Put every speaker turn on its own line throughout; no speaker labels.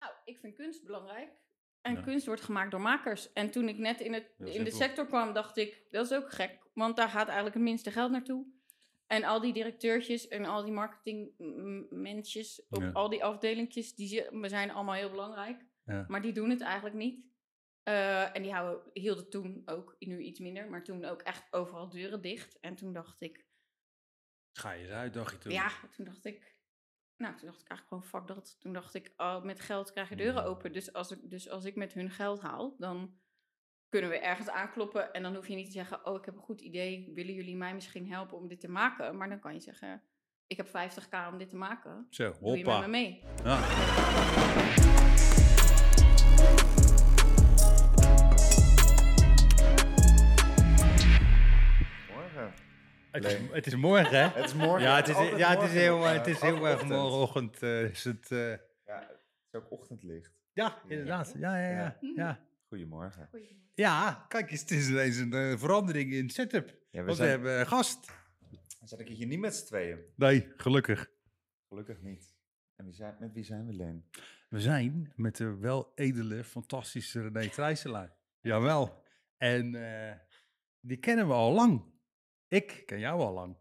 Nou, ik vind kunst belangrijk. En
Ja.
kunst wordt gemaakt door makers. En toen ik net in, het, in
Heel
de
simpel.
sector kwam, dacht ik, dat is ook gek. Want daar gaat eigenlijk het minste geld naartoe. En al die directeurtjes en al die marketingmensjes op
Ja.
al die afdelingjes, die zi- zijn allemaal heel belangrijk.
Ja.
Maar die doen het eigenlijk niet. Eh, en die houden, hielden toen ook, nu iets minder, maar toen ook echt overal deuren dicht. En toen dacht ik,
Ga je eens uit, dacht je toen.
ja, toen dacht ik. Nou, toen dacht ik eigenlijk gewoon fuck dat. Toen dacht ik, oh, met geld krijg je deuren
Mm.
open. Dus als, ik, dus als ik met hun geld haal, dan kunnen we ergens aankloppen. En dan hoef je niet te zeggen, oh, ik heb een goed idee. Willen jullie mij misschien helpen om dit te maken? Maar dan kan je zeggen, ik heb 50k om dit te maken.
Zo,
Doe je met me
hoppa.
mee?
Ja.
Morgen.
Het, is,
Nee.
het is morgen, hè?
Het is morgen.
Ja, het is,
altijd
ja, het is
morgen.
heel, eh,
Ja,
het is
altijd
heel erg
ochtend.
morgenochtend. eh, is het, eh,
Ja, het is ook ochtendlicht.
ja, inderdaad. Ja, ja, ja. ja.
Goedemorgen.
ja kijk eens, het is ineens een eh, verandering in het setup.
Ja, we
Want we
zijn,
hebben een gast.
we zijn hier niet met z'n tweeën.
Nee, gelukkig.
Gelukkig niet. En wie zijn, met wie zijn we, Leen?
We zijn met de wel edele, fantastische René Trijselaar. Jawel. En eh, die kennen we al lang. Ik ken jou al lang.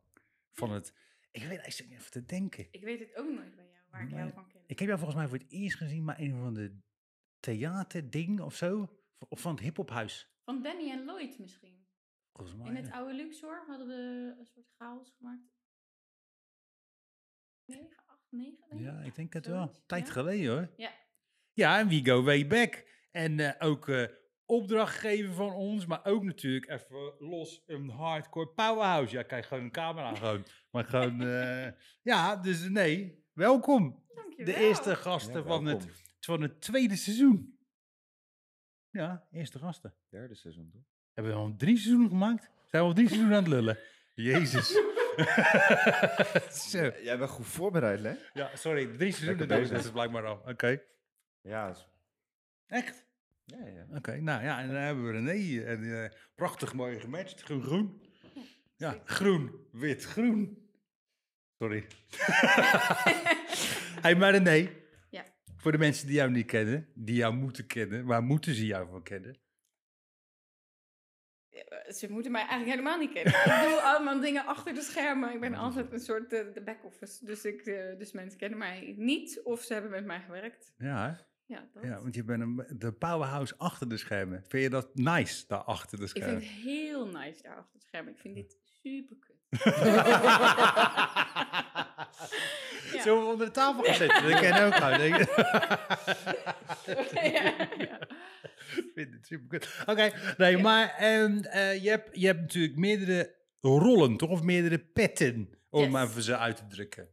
Van het, ik weet eigenlijk niet even te denken.
Ik weet het ook nooit bij jou, waar ik jou van ken.
Ik heb jou volgens mij voor het eerst gezien, maar in een van de theaterding of zo. Of van het hiphophuis.
Van Danny en Lloyd misschien.
Volgens mij.
In het
Oh, ja.
oude Luxor hadden we een soort chaos gemaakt. 9, 8, 9?
Ja, ik denk het
Zoiets,
wel. Tijd
ja.
geleden hoor.
Ja.
Ja, en we go way back. En eh, ook eh, opdrachtgever van ons, maar ook natuurlijk even los een hardcore powerhouse. Ja, kijk gewoon een camera gewoon. Maar gewoon, eh, ja, dus nee, welkom.
Dankjewel.
De eerste
Ja,
gasten van, het,
welkom.
van het tweede seizoen. Ja, eerste gasten.
Derde seizoen, toch?
Hebben we al drie seizoenen gemaakt? Zijn we al drie seizoenen aan het lullen? Jezus. Zo.
Jij bent goed voorbereid, Leen.
Ja, sorry, drie seizoenen.
bezig.
Dat is blijkbaar al. Oké.
Ja, is-
Echt?
ja, ja.
Oké, nou ja, en dan hebben we René. En, eh, prachtig mooi gematcht. Groen-groen. Ja, groen, wit, groen. Sorry. hey, maar René.
Ja.
Voor de mensen die jou niet kennen, die jou moeten kennen, waar moeten ze jou van kennen?
Ze moeten mij eigenlijk helemaal niet kennen. ik doe allemaal dingen achter de schermen. Ik ben altijd een soort eh, de back-office. Dus, ik, eh, dus mensen kennen mij niet of ze hebben met mij gewerkt.
Ja,
Ja, dat.
hè? ja want je bent een, de powerhouse achter de schermen. Vind je dat nice, daar achter de
ik vind
schermen?
het heel nice daar achter de schermen. Ik vind dit super kut. Ja.
Zullen we hem onder de tafel gaan zitten? Dat ken ook uit. denk ik.
ja, ja.
Ik vind het supergoed. Oké, nee, maar ehm, eh, je, hebt, je hebt natuurlijk meerdere rollen, toch? Of meerdere petten, om
Yes.
maar even ze uit te drukken.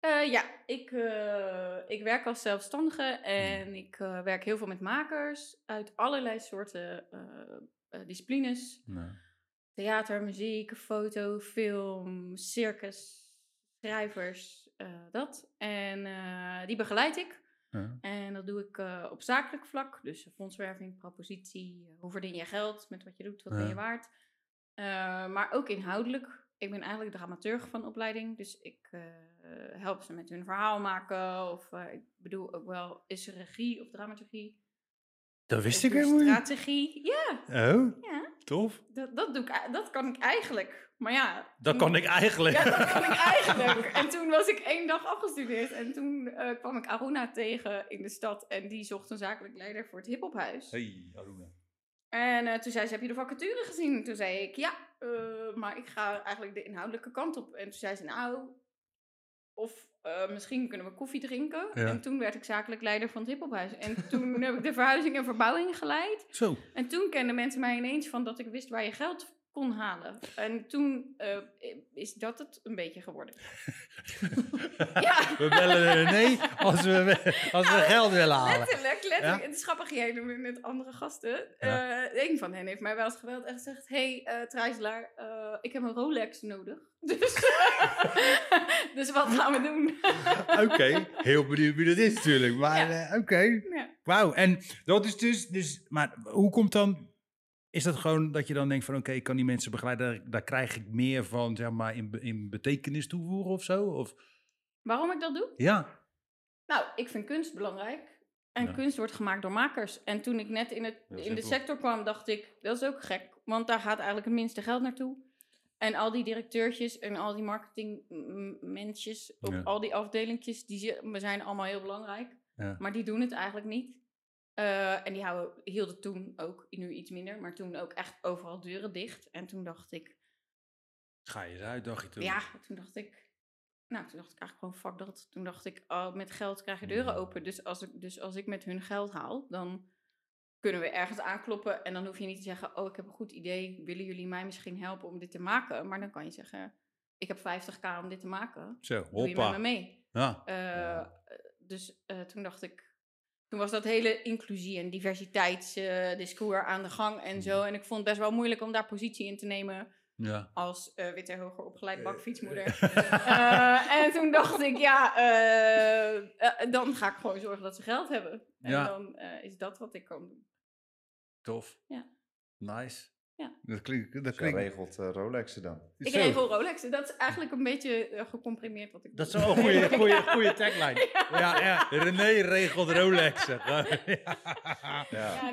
Eh, ja, ik, eh, ik werk als zelfstandige
Mm.
en ik eh, werk heel veel met makers uit allerlei soorten eh, eh, disciplines. Theater, muziek, foto, film, circus, schrijvers, eh, dat. En eh, die begeleid ik.
Ja.
En dat doe ik eh, op zakelijk vlak. Dus fondswerving, propositie, eh, hoe verdien je geld met wat je doet, wat ben
Ja.
je waard. Eh, maar ook inhoudelijk. Ik ben eigenlijk dramaturg van opleiding. Dus ik eh, help ze met hun verhaal maken. Of eh, ik bedoel ook wel, is er regie of dramaturgie?
Dat wist
Of
ik helemaal niet.
Strategie, ja.
Oh,
Ja.
tof.
Dat, dat, doe ik, ei- dat kan ik eigenlijk. Maar ja.
Dat
toen-
kan ik eigenlijk.
Ja, dat kan ik eigenlijk. En toen was ik één dag afgestudeerd. En toen eh, kwam ik Aruna tegen in de stad. En die zocht een zakelijk leider voor het hiphophuis.
Hey, Aruna.
En eh, toen zei ze, heb je de vacature gezien? Toen zei ik, ja, eh, maar ik ga eigenlijk de inhoudelijke kant op. En toen zei ze, nou, of eh, misschien kunnen we koffie drinken.
Ja.
En toen werd ik zakelijk leider van het hiphophuis. En toen heb ik de verhuizing en verbouwing geleid.
Zo.
En toen kenden mensen mij ineens van dat ik wist waar je geld kon halen. En toen eh, is dat het een beetje geworden. ja,
We bellen René als we, als
Nou,
we geld willen halen.
letterlijk, letterlijk.
Ja.
Het is grappig, jij noemde net andere gasten.
Ja.
Eh, een van hen heeft mij wel eens geweld en gezegd... Hé, hey, eh Trijselaar, eh, ik heb een Rolex nodig. Dus, dus wat gaan we doen?
Oké, heel benieuwd wie dat is natuurlijk. Maar
Ja.
eh, oké,
ja.
Wauw, en dat is dus, dus, maar hoe komt dan, is dat gewoon dat je dan denkt van oké, ik kan die mensen begeleiden, daar, daar krijg ik meer van, zeg maar, in, be- in betekenis toevoegen of zo? Of,
Waarom ik dat doe?
ja,
Nou, ik vind kunst belangrijk. En
Ja.
kunst wordt gemaakt door makers. En toen ik net in, het,
Heel
in de
simpel.
sector kwam, dacht ik, dat is ook gek. Want daar gaat eigenlijk het minste geld naartoe. En al die directeurtjes en al die marketingmensjes op
Ja.
al die afdelingjes, die zi- we zijn allemaal heel belangrijk.
Ja.
Maar die doen het eigenlijk niet. Eh, en die houden, hielden toen ook, nu iets minder, maar toen ook echt overal deuren dicht. En toen dacht ik,
Ga je eruit, dacht je toen?
ja, toen dacht ik. Nou, toen dacht ik eigenlijk gewoon fuck dat. Toen dacht ik, oh, met geld krijg je deuren
Ja.
open. Dus als, ik, dus als ik met hun geld haal, dan kunnen we ergens aankloppen. En dan hoef je niet te zeggen, oh, ik heb een goed idee. Willen jullie mij misschien helpen om dit te maken? Maar dan kan je zeggen, ik heb 50k om dit te maken.
Zo,
Doe je met me
hoppa.
mee?
Ja.
Eh, Dus eh, toen dacht ik, toen was dat hele inclusie- en diversiteitsdiscours aan de gang
Hmm.
en zo. En ik vond het best wel moeilijk om daar positie in te nemen
ja.
als eh witte hoger opgeleid bakfietsmoeder.
Eh,
Eh, en toen dacht ik, ja, eh, eh, dan ga ik gewoon zorgen dat ze geld hebben. En
Ja.
dan eh, is dat wat ik kan doen.
Tof.
Ja.
Nice.
Ja.
Dat klinkt... Dat
Zo
klinkt
regelt eh, Rolex ze dan.
Ik
Zo.
regel Rolex. En Dat is eigenlijk een beetje eh, gecomprimeerd wat ik
Dat is
doe.
wel een goede,
Ja.
goede, goede tagline. Ja, ja. René regelt Rolex.
Ja,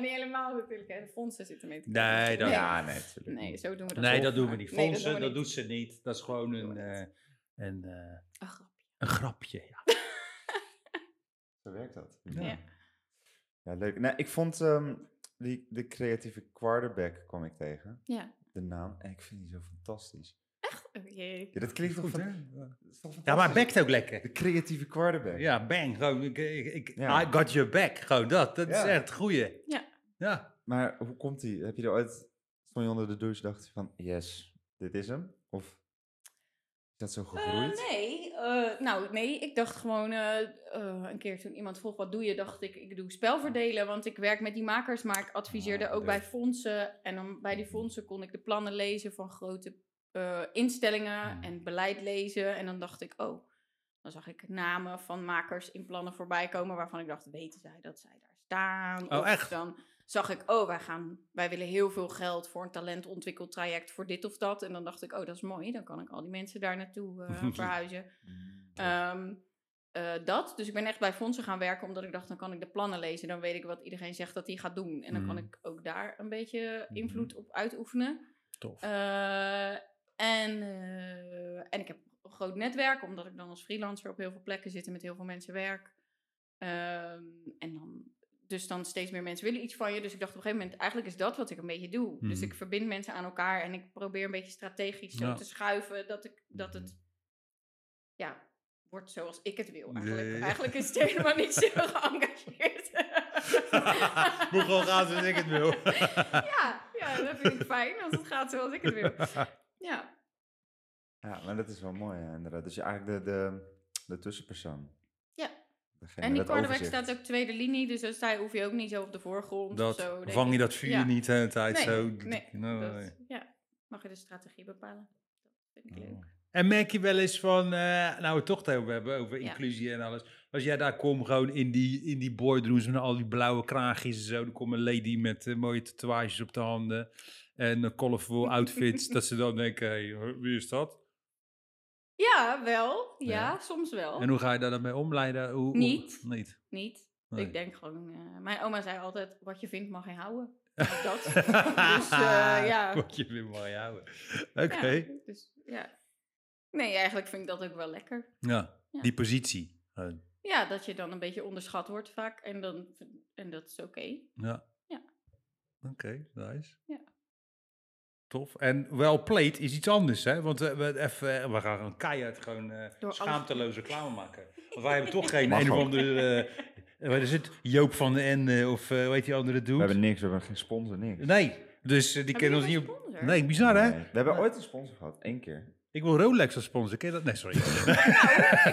niet helemaal natuurlijk. Hè. De fondsen zitten mee te
Nee, dat-
nee.
Ja, nee, natuurlijk.
nee, zo doen we dat
Nee,
ook.
dat doen we niet.
Nee, dat
Fondsen,
doen we
dat
niet.
doet ze niet. Dat is gewoon
Dat doen
een,
we
eh, een, eh,
Een grapje.
een grapje. Ja.
Zo werkt dat.
Ja.
Ja, leuk. Nou, ik vond ehm, die, de creatieve quarterback kwam ik tegen.
Ja.
De naam. En ik vind die zo fantastisch.
Oh, jee.
Ja, dat klinkt toch
Goed,
van-
hè?
dat is toch
Ja, maar
fantastisch?
backt ook lekker.
De creatieve quarterback.
Ja, bang. Gewoon, ik, ik, ik-
Ja.
I got your back. Gewoon dat. Dat
Ja.
is echt het goeie.
Ja.
Ja.
Maar hoe komt die? Heb je er ooit... Stond je onder de douche dacht je van... Yes, dit is hem? Of is dat zo gegroeid?
Eh, nee, eh, nou nee, ik dacht gewoon eh, eh, een keer toen iemand vroeg wat doe je, dacht ik ik doe spelverdelen, want ik werk met die makers, maar ik adviseerde
Ah,
ook
leuk. Mhm.
bij fondsen en dan bij die fondsen kon ik de plannen lezen van grote eh, instellingen
Hmm.
Mhm.
en beleid lezen en dan dacht ik oh, dan zag ik namen van makers in plannen voorbij komen waarvan ik dacht weten zij dat zij daar staan?
Oh,
Of
echt?
Dan zag ik oh wij gaan wij willen heel veel geld voor een talentontwikkeltraject voor dit of dat en dan dacht ik oh dat is mooi, dan kan ik al die mensen daar naartoe eh, verhuizen. Ehm, eh, dat. Dus ik ben echt bij fondsen gaan werken, omdat ik dacht, dan kan ik de plannen lezen. Dan weet ik wat iedereen zegt dat hij gaat doen. En dan kan
Mhm.
ik ook daar een beetje invloed op uitoefenen.
Tof.
Eh, en, eh, en ik heb een groot netwerk, omdat ik dan als freelancer op heel veel plekken zit en met heel veel mensen werk. Ehm, en dan, dus dan steeds meer mensen willen iets van je. Dus ik dacht op een gegeven moment, eigenlijk is dat wat ik een beetje doe. Dus
Mhm.
ik verbind mensen aan elkaar en ik probeer een beetje strategisch zo
Ja. Mhm.
te schuiven dat, ik, dat het ja, wordt zoals ik het wil eigenlijk.
Nee.
Eigenlijk is het helemaal niet zo geëngageerd.
Moet gewoon gaan zoals ik het wil.
ja, ja, dat vind ik fijn als het gaat zoals ik het wil. Ja,
Ja, maar dat is wel mooi, ja, inderdaad. Dus je eigenlijk de, de, de tussenpersoon.
Ja.
Degene
en die
met
quarterback
overzicht.
staat ook tweede linie, dus als hij hoef je ook niet zo op de voorgrond. of
Dat,
zo, denk
vang je
ik.
dat vuur
Ja.
niet de hele tijd
Nee,
zo.
nee,
Nou,
dat-
nee. Oh.
ja, mag je de strategie bepalen. Dat vind
Oh.
ik leuk.
En merk je wel eens van, eh, nou we het toch het over hebben, over
Ja.
inclusie en alles. Als jij daar komt, gewoon in die, in die boardrooms met al die blauwe kraagjes en zo. Dan komt een lady met eh, mooie tatoeages op de handen en eh, colorful outfits. dat ze dan denken, hey, huh, wie is dat?
Ja, wel. Ja,
Ja.
soms wel.
En hoe ga je daar dan mee omleiden? Hoe, hoe-
Oh. Niet.
Niet.
Niet.
Nee.
Ik denk gewoon... eh, mijn oma zei altijd, wat je vindt mag je houden. Ook dat. dus eh, ja.
Moet je weer mooi houden. Oké.
Ja, dus ja. Nee, eigenlijk vind ik dat ook wel lekker.
Ja,
Ja.
die positie. Eh,
Ja, dat je dan een beetje onderschat wordt vaak en, dan, en dat is oké. Nou,
ja.
Ja.
Oké, nice.
Ja.
Tof. En wel played is iets anders, hè? Want eh, we, even, eh, we gaan gewoon keihard gewoon eh,
alles-
schaamteloze reclame maken. Want wij hebben toch geen
Mag
een of
ook.
andere... eh, wat is het? Joop van de N eh, of weet weet die andere
We
dude?
hebben niks, we hebben geen sponsor, niks.
Nee, dus eh, die
Hebben
kennen ons
jullie
niet
een
op...
sponsor?
Nee, bizar Nou, hè?
Nee. We hebben ooit een sponsor gehad, één keer.
Ik wil Rolex als sponsor, ken je dat? Nee, sorry.
Ik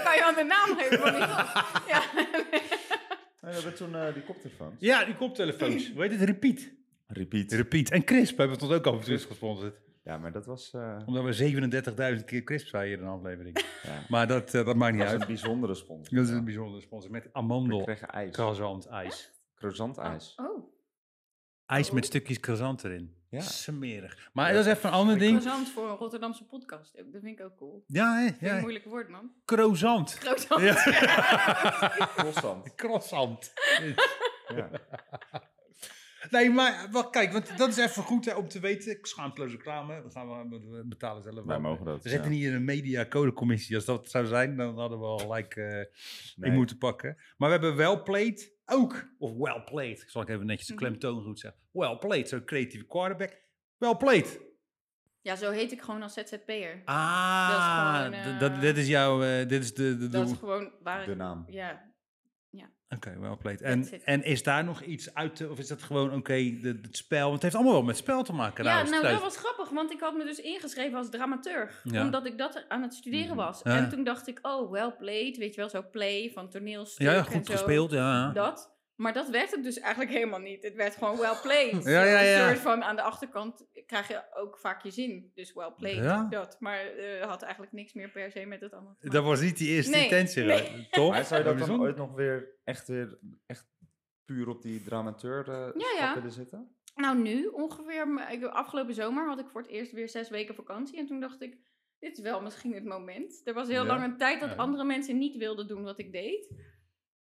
kan je aan de naam geven van die gast. ja.
Nee, we hebben toen eh, die koptelefoons.
ja, die koptelefoons. Weet het? Repeat.
Repeat.
Repeat. En Crisp hebben we tot ook af en toe eens gesponsord.
Ja, maar dat was, eh,
Omdat we 37.000 keer crisp zeiden in een aflevering.
ja,
Maar dat, eh, dat maakt niet
dat was
uit.
een bijzondere sponsor.
Dat is een
Ja.
bijzondere sponsor. Met
We
amandel,
kregen ijs.
croissant, ijs.
Croissant ijs.
Oh,
Ijs met stukjes croissant erin.
Oh. Ja.
Smerig. Maar
Ja.
dat is even een ander ding.
croissant voor een Rotterdamse podcast. ook. Dat vind ik ook cool.
Ja, hè?
Vind ik een
ja.
moeilijk woord, man.
Croissant.
Croissant.
Ja.
Croissant.
Croissant.
Ja.
Nee, maar wacht, kijk, want dat is even goed hè, om te weten. Schaamteloze reclame, we, gaan, we- we betalen zelf
Wij
wel.
mogen dat.
We zitten
ja.
niet in een mediacodecommissie. Als dat zou zijn, dan hadden we al gelijk eh
Nee.
in moeten pakken. Maar we hebben wel played ook. Of well played. Zal ik even netjes de
Mhm.
klemtoon goed zeggen. Well played, zo'n creatieve quarterback. Well played.
Ja, zo heet ik gewoon als ZZP'er.
Ah,
Dat is gewoon,
d-
eh,
dat, dit is jouw... eh, dit is de... de, de
Dat is gewoon waar
De
ik...
naam.
Ja,
Oké, well played. En,
it.
en is daar nog iets uit te... Of is dat gewoon, oké, de- het spel... Want het heeft allemaal wel met spel te
ja
maken. trouwens,
nou dat
thuis.
was grappig, want ik had me dus ingeschreven als dramaturg.
Ja. Mhm.
Omdat ik dat aan het studeren was.
Ja.
En toen dacht ik, oh, well played. Weet je wel, zo play van toneelstuk
Ja,
en
goed
zo.
gespeeld, ja.
Dat. Maar dat werd het dus eigenlijk helemaal niet. Het werd gewoon well played.
Ja, ja, ja.
Een soort van aan de achterkant krijg je ook vaak je zin. Dus well played,
Ja.
dat. Maar eh, had eigenlijk niks meer per se met het andere. te
Dat was niet die eerste
Nee,
intentie,
nee.
hè, toch?
Maar zou je dat dan
Bijzonder.
ooit nog weer echt, weer, echt puur op die dramateur eh
Ja,
stap
ja.
willen zitten?
Nou, nu ongeveer. maar ik- Afgelopen zomer had ik voor het eerst weer zes weken vakantie. En toen dacht ik, dit is wel misschien het moment. Er was heel
Ja,
lang een tijd dat
ja.
andere mensen niet wilden doen wat ik deed.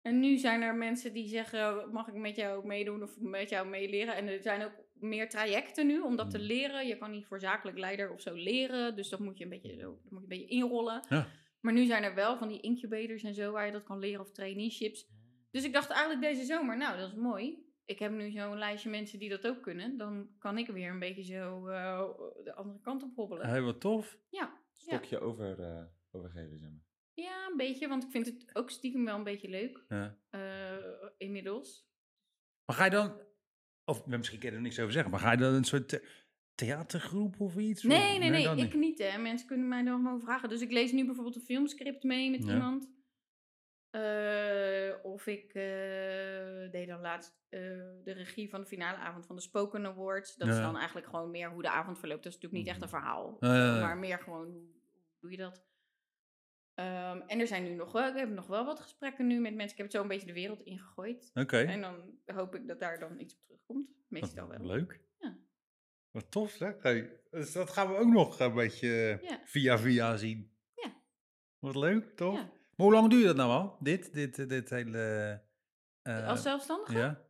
En nu zijn er mensen die zeggen, mag ik met jou meedoen of met jou meeleren? En er zijn ook meer trajecten nu om dat te
Mm.
leren. Je kan niet voor zakelijk leider of zo leren. Dus dat moet je een beetje, zo, dat moet je een beetje inrollen.
Ja.
Maar nu zijn er wel van die incubators en zo waar je dat kan leren of traineeships. Dus ik dacht eigenlijk deze zomer, nou dat is mooi. Ik heb nu zo'n lijstje mensen die dat ook kunnen. Dan kan ik weer een beetje zo eh, de andere kant op hobbelen.
Hey, wat tof.
Stokje over, eh, overgeven, zeg maar.
Ja, een beetje, want ik vind het ook stiekem wel een beetje leuk
Ja.
eh, inmiddels.
Maar ga je dan, of nou, misschien kan je er niks over zeggen, maar ga je dan een soort the- theatergroep of iets? Of-
Nee, nee, nee,
dan
ik niet hè. Mensen kunnen mij nog gewoon vragen. Dus ik lees nu bijvoorbeeld een filmscript mee met
Ja.
iemand. Eh, of ik eh, deed dan laatst eh, de regie van de finale avond van de Spoken Awards. Dat is
Ja. Mm. Eh,
dan eigenlijk gewoon meer hoe de avond verloopt. Dat is natuurlijk niet echt een verhaal.
Ja, ja, ja.
Maar meer gewoon, hoe doe je dat? Ehm, en er zijn nu nog wel, ik heb nog wel wat gesprekken nu met mensen. Ik heb het zo een beetje de wereld ingegooid.
Oké,
En dan hoop ik dat daar dan iets op terugkomt.
Wat
Meestal wel.
leuk.
Ja.
Wat tof zeg. Hey, dus dat gaan we ook nog een beetje eh,
Ja.
via via zien.
Ja.
Wat leuk, toch?
Ja.
Maar hoe lang duurt dat nou al? Dit, dit, eh, dit hele... eh,
Als zelfstandige?
Ja?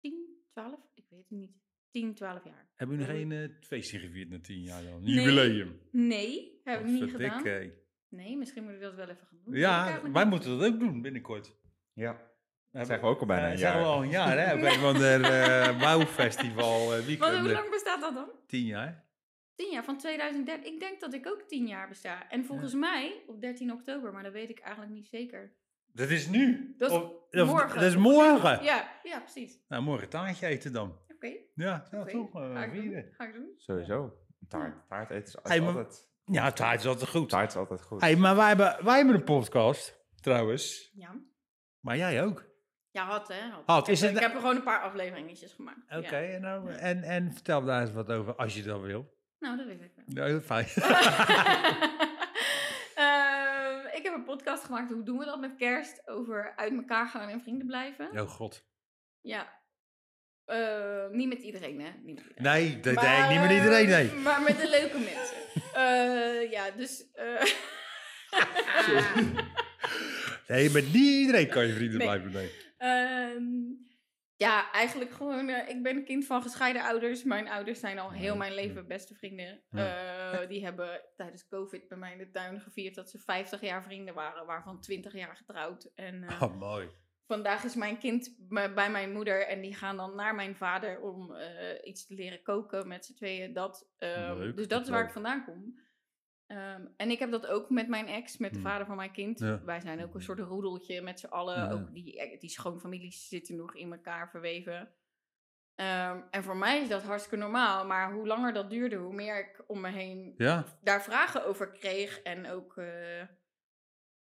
10, 12? Ik weet het niet. 10, 12 jaar.
Hebben jullie geen
Hoe-
eh, feestje gevierd na tien jaar dan?
Nee.
Jubileum.
Nee, heb ik niet
Godverdikke.
gedaan. Nee, misschien moet ik dat wel even gaan doen. Weet ik
Ja,
eigenlijk
wij
niet.
moeten dat ook doen binnenkort.
Ja.
Dat
zijn we ook al bijna een jaar.
Zijn we al een jaar, hè? Op een van de eh Bouwfestival eh,
Want
weekend.
hoe lang bestaat dat dan?
Tien jaar.
10 jaar, van 2013. Ik denk dat ik ook 10 jaar besta. En volgens mij op 13 oktober, maar dat weet ik eigenlijk niet zeker.
Dat is nu.
Dat is morgen.
Dat is morgen.
Ja, ja precies.
Nou, morgen taartje eten dan.
Oké,
Ja, ja
oké.
toch? eh,
ga, ik
vieren.
doen. ga ik doen.
Sowieso. Taart, taart eten is
Hey, maar-
altijd,
Ja, taart is altijd goed.
taart is altijd goed.
Hey, maar wij hebben, wij hebben een podcast, trouwens.
Ja.
Maar jij ook.
ja, had hè. Had.
Had, is
ik,
het-
ik heb er gewoon een paar afleveringetjes gemaakt.
Oké,
Ja.
en, nou,
Ja.
en, en vertel daar eens wat over, als je dat wil.
Nou, dat weet ik wel.
Ja, heel fijn.
Ehm, ik heb een podcast gemaakt, hoe doen we dat met kerst? Over uit elkaar gaan en vrienden blijven.
oh god.
Ja. Eh, niet met iedereen, hè? Niet met iedereen.
Nee, dat deed ik
Maar,
niet met iedereen,
eh,
nee.
Maar met de leuke mensen. Eh, ja, dus... eh,
Nee, met niet iedereen kan je vrienden
Nee.
blijven, nee.
Ehm, ja, eigenlijk gewoon... eh, ik ben een kind van gescheiden ouders. Mijn ouders zijn al heel
Ja.
mijn leven beste vrienden. Eh, die hebben tijdens COVID bij mij in de tuin gevierd... dat ze 50 jaar vrienden waren, waarvan 20 jaar getrouwd. En, eh,
Oh, mooi.
vandaag is mijn kind m- bij mijn moeder en die gaan dan naar mijn vader om eh, iets te leren koken met z'n tweeën. Dat, ehm,
Leuk,
dus
wat
dat is waar ik
leuk.
vandaan kom. Ehm, en ik heb dat ook met mijn ex, met de
Hmm.
vader van mijn kind.
Ja.
Wij zijn ook een soort roedeltje met z'n allen.
Ja.
Ook die, die schoonfamilies zitten nog in elkaar verweven. Ehm, en voor mij is dat hartstikke normaal. Maar hoe langer dat duurde, hoe meer ik om me heen
Ja,
daar vragen over kreeg. En ook, eh,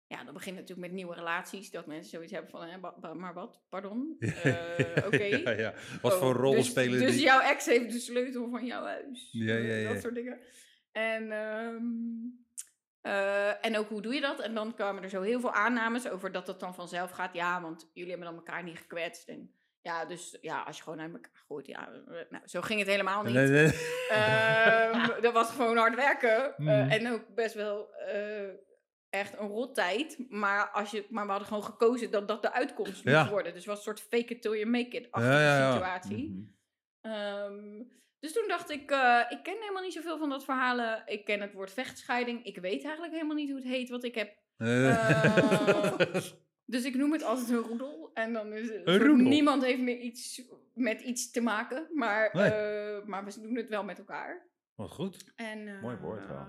ja, dat begint natuurlijk met nieuwe relaties. Dat mensen zoiets hebben van, hè, ba- ba- maar wat, pardon? Eh, Oké.
ja, ja. Wat
Oh,
voor rol
dus,
spelen
Dus
die?
jouw ex heeft de sleutel van jouw huis.
Ja, ja,
Eh,
ja.
Dat soort dingen. En, ehm, eh, en ook hoe doe je dat? En dan kwamen er zo heel veel aannames over dat dat dan vanzelf gaat. Ja, want jullie hebben dan elkaar niet gekwetst. En ja, dus ja, als je gewoon uit elkaar gooit, ja, eh, nou, zo ging het helemaal niet.
Nee, nee.
Ehm, dat was gewoon hard werken. Eh,
Mhm.
en ook best wel eh, echt een rot tijd. Maar, als je, maar we hadden gewoon gekozen dat dat de uitkomst moest
Ja.
worden. Dus het was een soort fake it till you make it-achtige
Ja, ja, Mhm. ja.
Mhm.
situatie. Ehm, dus toen dacht ik, eh, ik ken helemaal niet zoveel van dat verhalen. Ik ken het woord vechtscheiding. Ik weet eigenlijk helemaal niet hoe het heet wat ik heb. Eh, Dus ik noem het altijd een roedel. En dan is het,
Een
soort
roedel?
niemand heeft meer iets met iets te maken. Maar,
Nee.
eh, maar we doen het wel met elkaar.
Wat goed.
En,
Mooi woord
eh,
wel.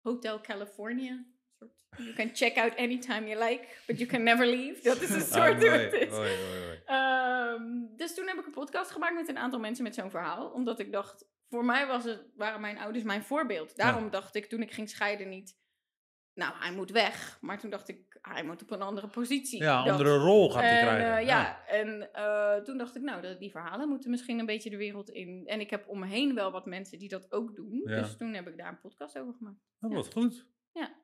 Hotel California. soort, You can check out anytime you like, but you can never leave. Dat is een
Ah,
soort hoe het is.
Ah, Mooi, mooi, mooi.
Ehm, dus toen heb ik een podcast gemaakt met een aantal mensen met zo'n verhaal. Omdat ik dacht, voor mij was het, waren mijn ouders mijn voorbeeld. Daarom dacht ik toen ik ging scheiden niet, nou hij moet weg. Maar toen dacht ik, hij moet op een andere positie.
Ja,
Dat-
andere rol gaat
en,
hij krijgen.
eh, ja. en eh, toen dacht ik, nou, dat, die verhalen moeten misschien een beetje de wereld in. En ik heb om me heen wel wat mensen die dat ook doen.
Ja.
Dus toen heb ik daar een podcast over gemaakt.
Oh, wat goed.
Ja.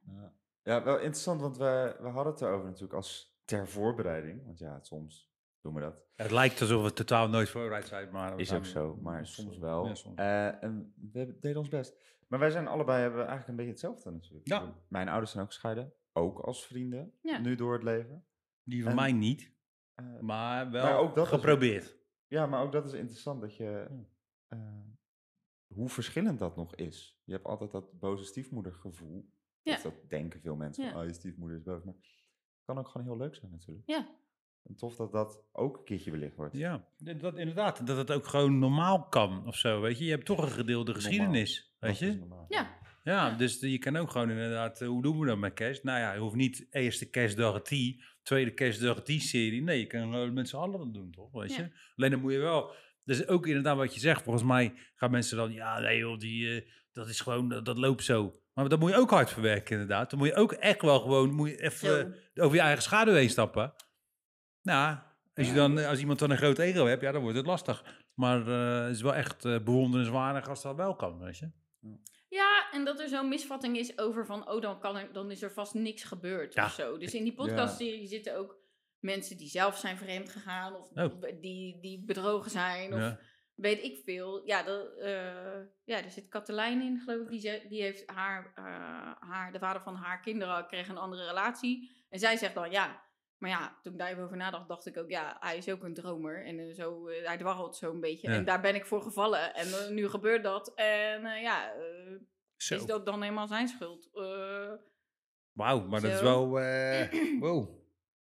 ja, wel interessant, want we, we hadden het erover natuurlijk als ter voorbereiding. Want ja, soms doen we dat.
Het lijkt alsof we totaal nooit voorbereid zijn, maar... we
Is
zijn-
ook zo, maar soms wel.
Ja, soms.
Eh, en we hebben- deden ons best. Maar wij zijn allebei hebben eigenlijk een beetje hetzelfde natuurlijk.
Ja.
Mijn ouders zijn ook gescheiden. Ook als vrienden.
Ja.
Nu door het leven.
Die van
en-
mij niet,
Eh,
maar wel
Maar ook dat is-
geprobeerd.
ja, maar ook dat is interessant. Dat je... eh, hoe verschillend dat nog is. Je hebt altijd dat boze stiefmoedergevoel.
Ja.
Of dat denken veel mensen.
Ja.
Van, oh, je stiefmoeder is boos. Maar het kan ook gewoon heel leuk zijn natuurlijk.
Ja.
En tof dat dat ook een keertje belicht wordt.
Ja, dat, dat- inderdaad. Dat het ook gewoon normaal kan of zo, weet je. Je hebt toch een gedeelde geschiedenis, weet
Dat is
je.
normaal.
Ja.
Ja, dus je kan ook gewoon inderdaad... eh, Hoe doen we dat met kerst? Nou ja, je hoeft niet eerste kerstdag die, tweede kerstdag die serie. Nee, je kan gewoon met z'n allen dat doen, toch? Weet je.
Ja.
Alleen dan moet je wel... Dus ook inderdaad wat je zegt. Volgens mij gaan mensen dan... Ja, nee joh, die, eh, dat is gewoon... Dat, dat loopt zo. Maar dat moet je ook hard verwerken, inderdaad. Dan moet je ook echt wel gewoon... Moet je even... eh,
Zo.
over je eigen schaduw heen stappen. Nou, als, je
Ja.
dan, als iemand dan een groot ego hebt, ja, dan wordt het lastig. Maar eh, het is wel echt eh, bewonderenswaardig als dat wel kan, weet je.
Ja, en dat er zo'n misvatting is over van, oh, dan, kan er, dan is er vast niks gebeurd
Ja.
of zo. Dus in die podcastserie zitten ook mensen die zelf zijn vreemd gegaan of
Oh.
die, die bedrogen zijn of
Ja.
weet ik veel. Ja, dat, eh, ja er zit Katelijn in, geloof ik. Die, ze- die heeft haar, eh, haar, de vader van haar kinderen kreeg een andere relatie. En zij zegt dan, ja, maar ja, toen ik daar even over nadacht, dacht ik ook, ja, hij is ook een dromer. En eh, zo, eh, hij dwarrelt zo'n beetje.
Ja.
En daar ben ik voor gevallen. En eh, nu gebeurt dat. En eh, ja... eh,
Zo.
is dat dan helemaal zijn schuld? Eh,
Wauw, maar dat is
Zo.
wel... eh, wow.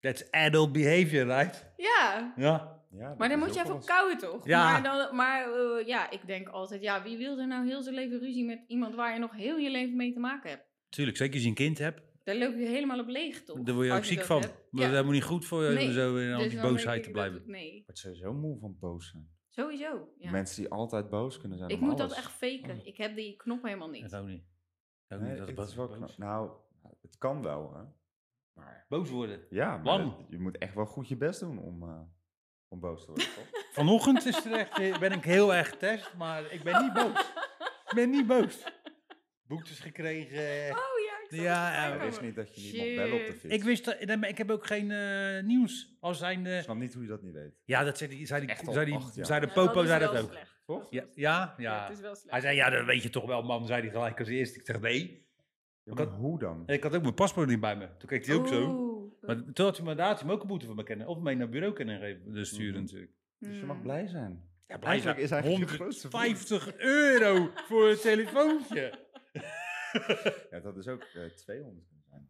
That's adult behavior, right?
ja,
Ja.
Ja, dat
maar dan
is
moet je
ook
even
wel
kouden toch?
Ja.
Maar, dan, maar eh, ja, ik denk altijd, ja, wie wil er nou heel zijn leven ruzie met iemand waar je nog heel je leven mee te maken hebt?
Tuurlijk, zeker als je een kind hebt,
Daar loop je helemaal op leeg toch?
daar word je ook
Als
ziek
dat
van.
hebt.
Dat is
Ja.
helemaal niet goed voor je om
Nee,
zo in al
Dus
die
dan
boosheid
denk
te
ik dat
blijven.
ik- nee,
wordt sowieso moe van boos zijn.
sowieso. Ja.
Mensen die altijd boos kunnen zijn.
Ik
om
moet dat
alles.
echt faken. Ik heb die knop helemaal niet.
Dat ook niet. Ook
Nee,
Oh, niet dat
het
boos,
is wel
boos.
knap. Nou, het kan wel, hè. Maar
boos worden.
ja, maar
Lang.
het- je moet echt wel goed je best doen om, eh, om boos te worden, toch?
Vanochtend is terecht, eh, ben ik heel erg getest, maar ik ben niet boos. Ik ben niet boos. Boektes gekregen. eh,
Oh ja, ik zag
Ja,
het
ja,
voorbij
Het is
komen.
niet dat je niet mag bellen op de
Shit.
fiets.
Ik wist dat, nee, maar ik heb ook geen eh, nieuws. Al zijn
Ik
de,
snap niet hoe je dat niet weet.
ja, dat zei, die, zei, die,
Echt al
zei, die,
acht jaar.
zei de
Ja,
popo,
is
zei dat
wel
ook.
slecht.
Toch?
Dat is
Ja,
wel slecht.
ja,
Ja,
ja.
het is wel
Hij
slecht.
zei, ja, dat weet je toch wel, man, zei hij gelijk als eerste. Ik zeg, nee.
Ja, maar
Kan-
hoe dan?
En ik had ook mijn paspoort niet bij me. Toen keek hij ook zo.
Oeh.
Maar toen had hij me daar had hij me ook een boete van me kennen. Of mee naar het bureau kunnen geven, dus sturen
Mhm.
natuurlijk.
Dus je
Mm.
mag blij zijn.
Ja,
Eigenlijk is eigenlijk je grootste vriend.
150 euro voor een telefoontje.
Ja, dat is ook eh, 200 kunnen zijn.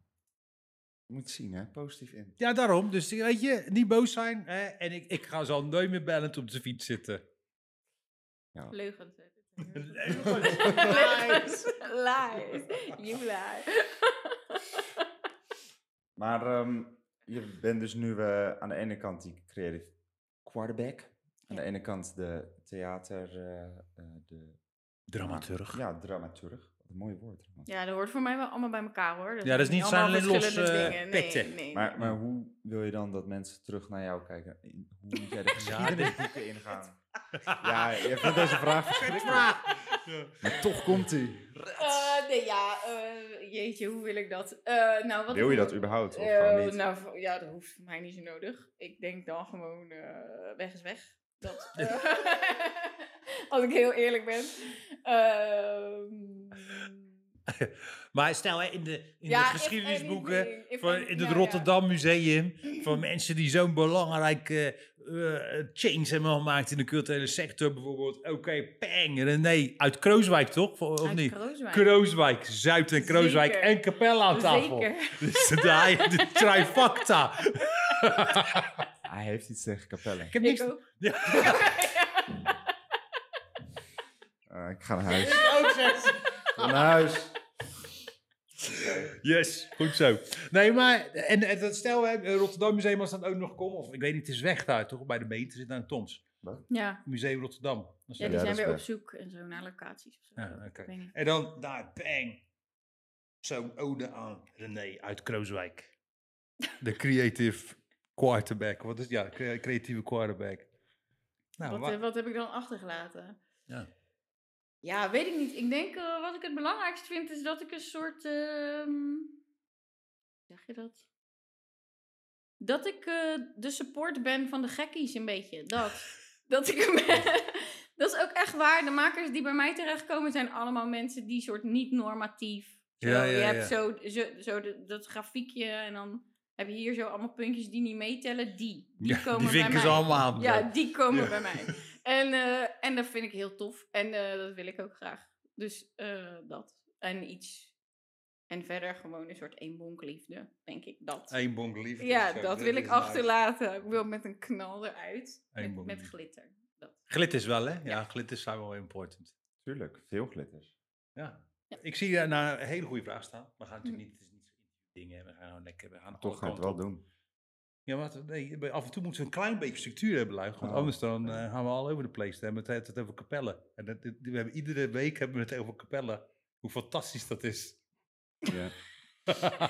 Je moet het zien, hè? Positief in.
Ja, daarom. Dus weet je, niet boos zijn. Hè? En ik, ik ga zo nooit meer bellend op de fiets zitten.
Leugens.
Lies.
Lies. You lie.
Maar ehm, je bent dus nu eh, aan de ene kant die creative quarterback. Aan
Ja.
de ene kant de theater... eh, eh, de,
Dramaturg.
Ja, dramaturg. Wat een mooi woord. dramaturg.
Ja, dat hoort voor mij wel allemaal bij elkaar hoor.
Ja, dat is
zijn
niet
allemaal
zijn alleen
verschillende
los, eh,
dingen. nee,
petten.
Nee,
Maar, maar hoe wil je dan dat mensen terug naar jou kijken? In- Hoe moet jij de geschiedenisboeken ingaan? Ja, je vindt deze vraag verschrikkelijk. Maar toch komt die.
Eh, nee, ja, eh, jeetje, hoe wil ik dat? Eh, nou, wat
Wil
ik-
je dat überhaupt? Of
Eh,
gewoon niet?
Nou, voor- ja, dat hoeft voor mij niet zo nodig. Ik denk dan gewoon, eh, weg is weg. Dat, eh, als ik heel eerlijk ben. Ehm,
Maar stel, hè, in de, in de
Ja, if
geschiedenisboeken,
anything, if
van,
any-
in het
ja, ja.
Rotterdam Museum, van mensen die zo'n belangrijke eh, eh, change hebben gemaakt in de culturele sector, bijvoorbeeld, oké, pang, René, uit Krooswijk toch, of
Uit
niet?
Krooswijk.
Krooswijk, Zuid en Krooswijk
Zeker.
en Capella aan tafel.
Zeker.
Dus de, de trifacta.
Hij heeft iets tegen Capelle.
Ik heb niks...
Ik ook.
Eh, ik ga naar huis. Ik
ook zeggen.
ga naar huis.
Yes, goed zo. Nee, maar, en, en dat stel, hè, het Rotterdam Museum was dan ook nog gekomen, of ik weet niet, het is weg daar toch, bij de meter zit daar een Toms.
Ja.
Museum Rotterdam. Dat is
Ja, die
zo.
dat
zijn
is
weer
waar.
op zoek en zo naar locaties. Of zo.
Ja, oké.
Ik weet niet.
En dan daar, bang. Zo'n ode aan René uit Krooswijk. De creative quarterback. Wat is ja, cre- creatieve quarterback. Nou,
wat,
wa-
eh, wat heb ik dan achtergelaten?
Ja.
Ja, weet ik niet. Ik denk eh, wat ik het belangrijkst vind is dat ik een soort. ehm, zeg je dat? Dat ik eh, de support ben van de gekkies een beetje. Dat. dat ik. een be- dat is ook echt waar. De makers die bij mij terechtkomen zijn allemaal mensen die soort niet normatief. Zo,
Ja, ja,
je
ja.
hebt zo, zo, zo de- dat grafiekje en dan heb je hier zo allemaal puntjes die niet meetellen. Die. Die
ja,
komen
die
bij
vinken ze
mij.
allemaal aan.
Ja, die komen
Ja.
bij mij. En, eh, en dat vind ik heel tof. En eh, dat wil ik ook graag. Dus eh, dat. En iets. En verder gewoon een soort eenbonkliefde, denk ik. Dat.
Eén bonk liefde.
ja,
Zo,
dat, wil
is
ik
nice.
achterlaten. Ik wil met een knal eruit. Met,
Eenbonkliefde.
met glitter. Dat.
Glitters wel, hè? Ja, glitters zijn wel important.
Tuurlijk, veel glitters.
Ja.
Ja. Hm.
Ik zie daar nou een hele goede vraag staan. We gaan natuurlijk niet, het is niet zo'n dingen. We gaan gewoon lekker. We gaan alle
Toch ga je het
kanten
wel
op.
doen.
Ja, maar het- nee, bij- af en toe moeten we een klein beetje structuur hebben, Luik. Want
Oh,
anders dan
oké.
eh, gaan we al over de place. Dan hebben we het, het over kapellen. En dat, dit- we hebben, iedere week hebben we het over kapellen. Hoe fantastisch dat is.
Ja.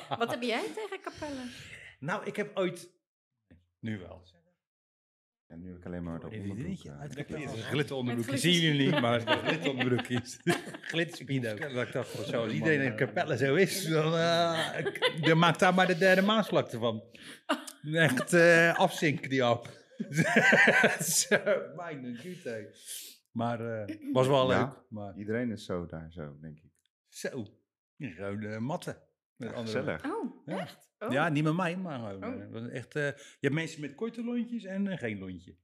Wat heb jij tegen kapellen?
nou, ik heb ooit... Nu wel.
En nu heb ik alleen maar dat
Even een
onderbroek.
dingetje.
eh,
Het
ik heb
is
wel-
een glitteronderbroek.
Met
Dat zien jullie niet, maar het is een
glitters.
glitteronderbroek. is. Oh, eh. Glitterspido. Dat ik dacht, van, zo, als iedereen in kapellen zo is, dan, eh, ik- dan maakt daar maar de derde maasvlakte van. Echt eh afzinken die af. zo, mijn gute. Maar eh, was wel
Ja.
leuk. Maar,
Iedereen is zo daar zo, denk ik.
zo, gewoon eh, matten. Met
Ja,
andere
gezellig.
Oh,
Ja.
echt? Oh.
Ja, niet met mij, maar gewoon.
Oh.
eh, het was echt, eh, je hebt mensen met korte lontjes en eh, geen lontje.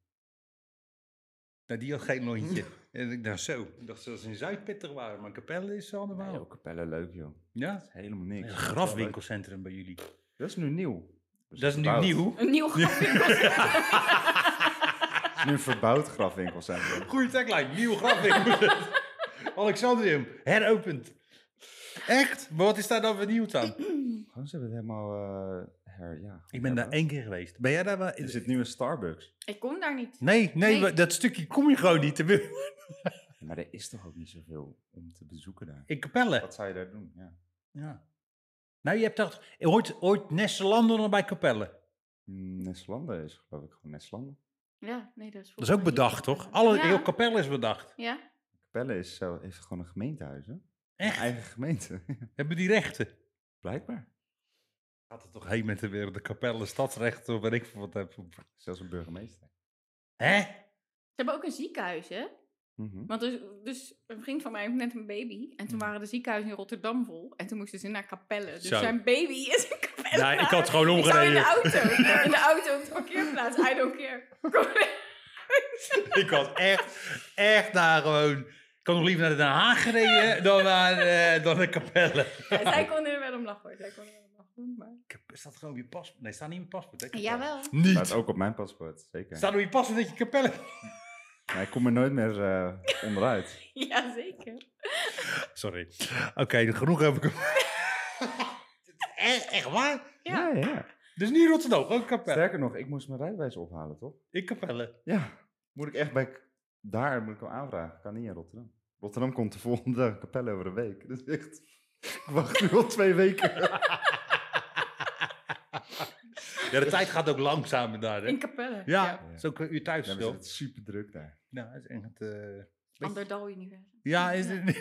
Nou, die had geen lontje. en ik dacht zo, ik dacht dat ze in Zuidpittig waren, maar Capelle is allemaal.
Nee, joh, Capelle leuk, joh.
Ja?
Helemaal
Een
niks.
grafwinkelcentrum bij jullie.
Dat is nu nieuw.
Dat is nu
verbouwd.
nieuw.
Een nieuw grafwinkel.
Dat is nu een verbouwd grafwinkelcentrum.
Goeie tagline, nieuw grafwinkelcentrum. Alexandrium, heropend. Echt? Maar wat is daar dan vernieuwd aan?
Gewoon, ze hebben het helemaal eh, her... Ja,
Ik ben daar één keer geweest. Ben jij daar wel?
Er zit nu een Starbucks.
ik kom daar niet.
Nee, nee,
Nee.
we- dat stukje kom je gewoon niet. te-
Maar er is toch ook niet zoveel om te bezoeken daar?
In Capelle.
Wat zou je daar doen? Ja.
Ja. Nou, je hebt dat ooit, ooit Nesselanden nog bij Capelle.
Mm, Neslanden is geloof ik gewoon Neslanden.
Ja, nee, dat is
Dat is ook bedacht, toch? Alle,
eh, ja.
Heel Capelle is bedacht.
Ja.
Capelle is zo, heeft gewoon een gemeentehuis, hè?
Echt?
Een eigen gemeente.
Hebben die rechten?
Blijkbaar.
Gaat het toch heen met de wereld, de Capelle, stadsrechten, of weet ik veel wat heb.
Zelfs een burgemeester.
Hè?
Ze hebben ook een ziekenhuis, hè?
Mhm.
Want dus, dus een vriend van mij heeft net een baby. En toen waren de ziekenhuizen in Rotterdam vol. En toen moesten ze naar Capelle. Dus
Zo.
zijn baby is in Capelle.
Nee, ik had het gewoon
Ik zou in de
omgereden.
auto. In de auto op de parkeerplaats. I don't care.
Ik had echt, echt daar gewoon... Ik had nog liever naar Den Haag gereden dan naar, eh, dan naar Capelle.
Ja, zij konden er wel om lachen. hoor. Zij konden er wel om lachen. Maar...
Staat gewoon op je paspoort? Nee, staat niet op je paspoort, hè? Capelle?
Jawel.
Niet.
Staat ook op mijn paspoort, zeker.
Staat op je paspoort dat je Capelle...
Maar ik kom er nooit meer eh, onderuit.
Jazeker.
Sorry. Oké, genoeg heb ik... echt, echt waar?
Ja.
ja, ja.
Dus niet Rotterdam, ook Capelle.
Sterker nog, ik moest mijn rijbewijs ophalen, toch?
In Capelle.
Ja. Moet ik echt bij... Daar moet ik hem aanvragen. Kan niet in Rotterdam. Rotterdam komt de volgende dag Capelle over een week. Dat is echt... Ik wacht nu al twee weken.
Ja, de tijd gaat ook langzamer daar. Hè?
In Capelle.
ja,
Ja.
zo kun je thuis
Dan is
stil.
het super druk daar.
Nou, het is echt. eh,
Anderdal Universum.
ja, is het niet?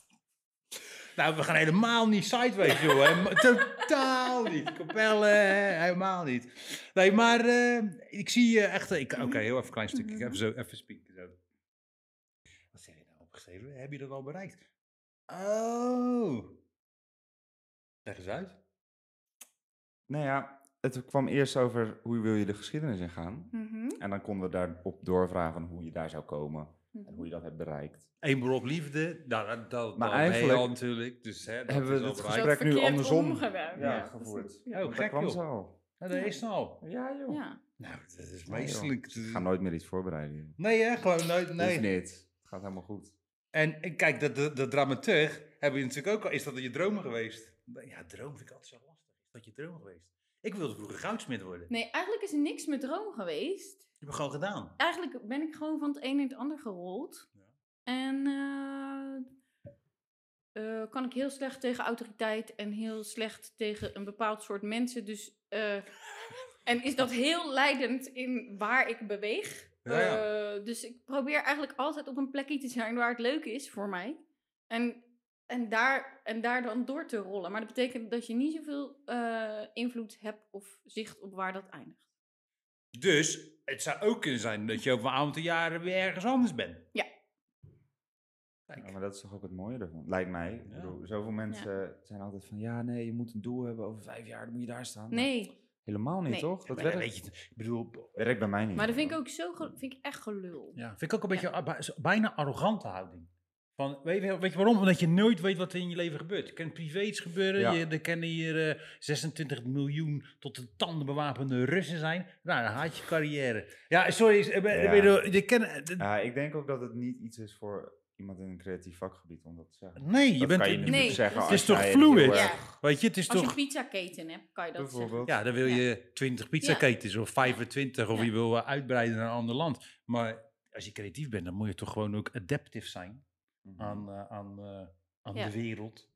nou, we gaan helemaal niet sideways, joh. hè. Maar Totaal niet. Capelle, eh, helemaal niet. Nee, maar eh, ik zie je echt. eh, ik- Oké, heel even een klein stukje. Ik Even zo, even spieken. Zo. Wat zeg je nou opgeschreven? Heb je dat al bereikt? Oh. Leg eens uit.
Nou ja, het kwam eerst over hoe wil je de geschiedenis ingaan.
Mhm.
En dan konden we daarop doorvragen van hoe je daar zou komen en hoe je dat hebt bereikt.
Eén brok liefde. Nou, dat, dat
Maar
dat mee
eigenlijk
al natuurlijk. Dus, hè, dat
hebben we
is al
dit
bereikt.
Is dat
gesprek nu
verkeerd
andersom.
omgewerkt?
Ja,
dat is-
gevoerd.
Ja.
Oh,
Daar
gek
kwam
joh.
ze al.
Nou, dat is het al.
Ja joh.
Ja.
Nou, dat is
Ja, joh.
meestelijk.
Ik ga nooit meer iets voorbereiden. joh.
Nee, hè? Gewoon nooit.
Nee.
eh. Nee.
Hoeft niet. Het gaat helemaal goed.
En, en kijk, dat, dat, dat dramaturg hebben je natuurlijk ook al. Is dat je dromen geweest? Ja, droom vind ik altijd zo lastig. Is dat je droom geweest? Ik wilde vroeger goudsmid worden.
Nee, eigenlijk is er niks met droom geweest.
Dat heb ik gewoon gedaan.
Eigenlijk ben ik gewoon van het een in het ander gerold.
Ja.
En eh, eh, kan ik heel slecht tegen autoriteit en heel slecht tegen een bepaald soort mensen. Dus, eh, en is dat heel leidend in waar ik beweeg.
Ja,
Eh, dus ik probeer eigenlijk altijd op een plekje te zijn waar het leuk is voor mij. En, en, daar, en daar dan door te rollen. Maar dat betekent dat je niet zoveel eh, invloed hebt of zicht op waar dat eindigt.
Dus het zou ook kunnen zijn dat je over een aantal jaren weer ergens anders bent.
Ja.
Kijk.
Ja, maar dat is toch ook het mooie ervan, lijkt mij. Ik
Ja.
bedoel, zoveel mensen zijn altijd van, ja nee, je moet een doel hebben, over vijf jaar dan moet je daar staan. Nou,
Nee.
helemaal niet
Nee.
toch? Dat
Maar dan
werkt,
weet je, het. ik bedoel,
werkt bij mij niet.
Maar dat vind ik ook zo, ge- vind ik echt gelul.
Hm. Ja, vind ik ook een beetje a- bij- zo- bijna arrogante houding. Van, weet, je, weet je waarom? Omdat je nooit weet wat er in je leven gebeurt. Er kan privé iets gebeuren.
Ja.
Je, er kunnen hier eh, 26 miljoen tot de tanden bewapende Russen zijn. Nou, dan haat je carrière. Ja, sorry. is- eh, ben-
Ja.
bedoel, Je ken, eh,
Ja, ik denk ook dat het niet iets is voor iemand in een creatief vakgebied om dat te zeggen.
nee, je
Dat
bent...
kan je natuurlijk
Nee.
zeggen
Het
is
als
toch
jij
fluid?
heel
Ja.
erg-
Weet je, het is
Als je
toch...
een pizzaketen hebt, kan je dat zeggen.
Bijvoorbeeld.
Ja, dan wil je 20 pizzaketens of 25 of
Ja.
je wil eh, uitbreiden naar een ander land. Maar als je creatief bent, dan moet je toch gewoon ook adaptief zijn
Mhm.
aan, eh, aan, eh, aan
Mm. Ja.
de wereld.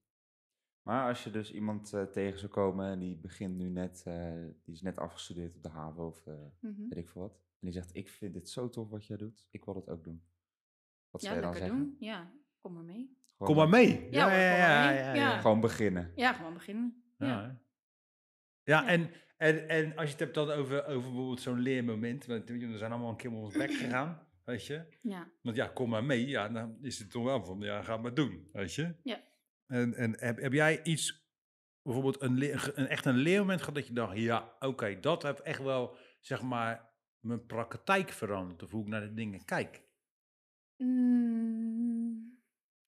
Maar als je dus iemand eh, tegen zou komen en die begint nu net, eh, die is net afgestudeerd op de haven of eh,
Mhm.
weet ik veel wat. En die zegt, ik vind dit zo tof wat jij doet, ik wil dat ook doen. Wat
Ja,
zou je dan
lekker
zeggen?
doen. Ja, kom maar mee.
Gewoon-
Kom maar mee.
Ja, hoor, kom maar mee. Ja.
Gewoon beginnen.
Ja, gewoon beginnen.
Ja,
Ja.
hè? ja,
Ja.
En, en, en als je het hebt dan over, over bijvoorbeeld zo'n leermoment. Want weet je, we zijn allemaal een keer op ons bek gegaan, weet je.
Ja.
Want ja, kom maar mee. Ja, dan is het toch wel van, ja, ga maar doen, weet je.
Ja.
En, en heb, heb jij iets, bijvoorbeeld een, leer- een, echt een leermoment gehad dat je dacht... Ja, oké, dat heb echt wel, zeg maar, mijn praktijk veranderd. Of hoe ik naar de dingen kijk,
Mm,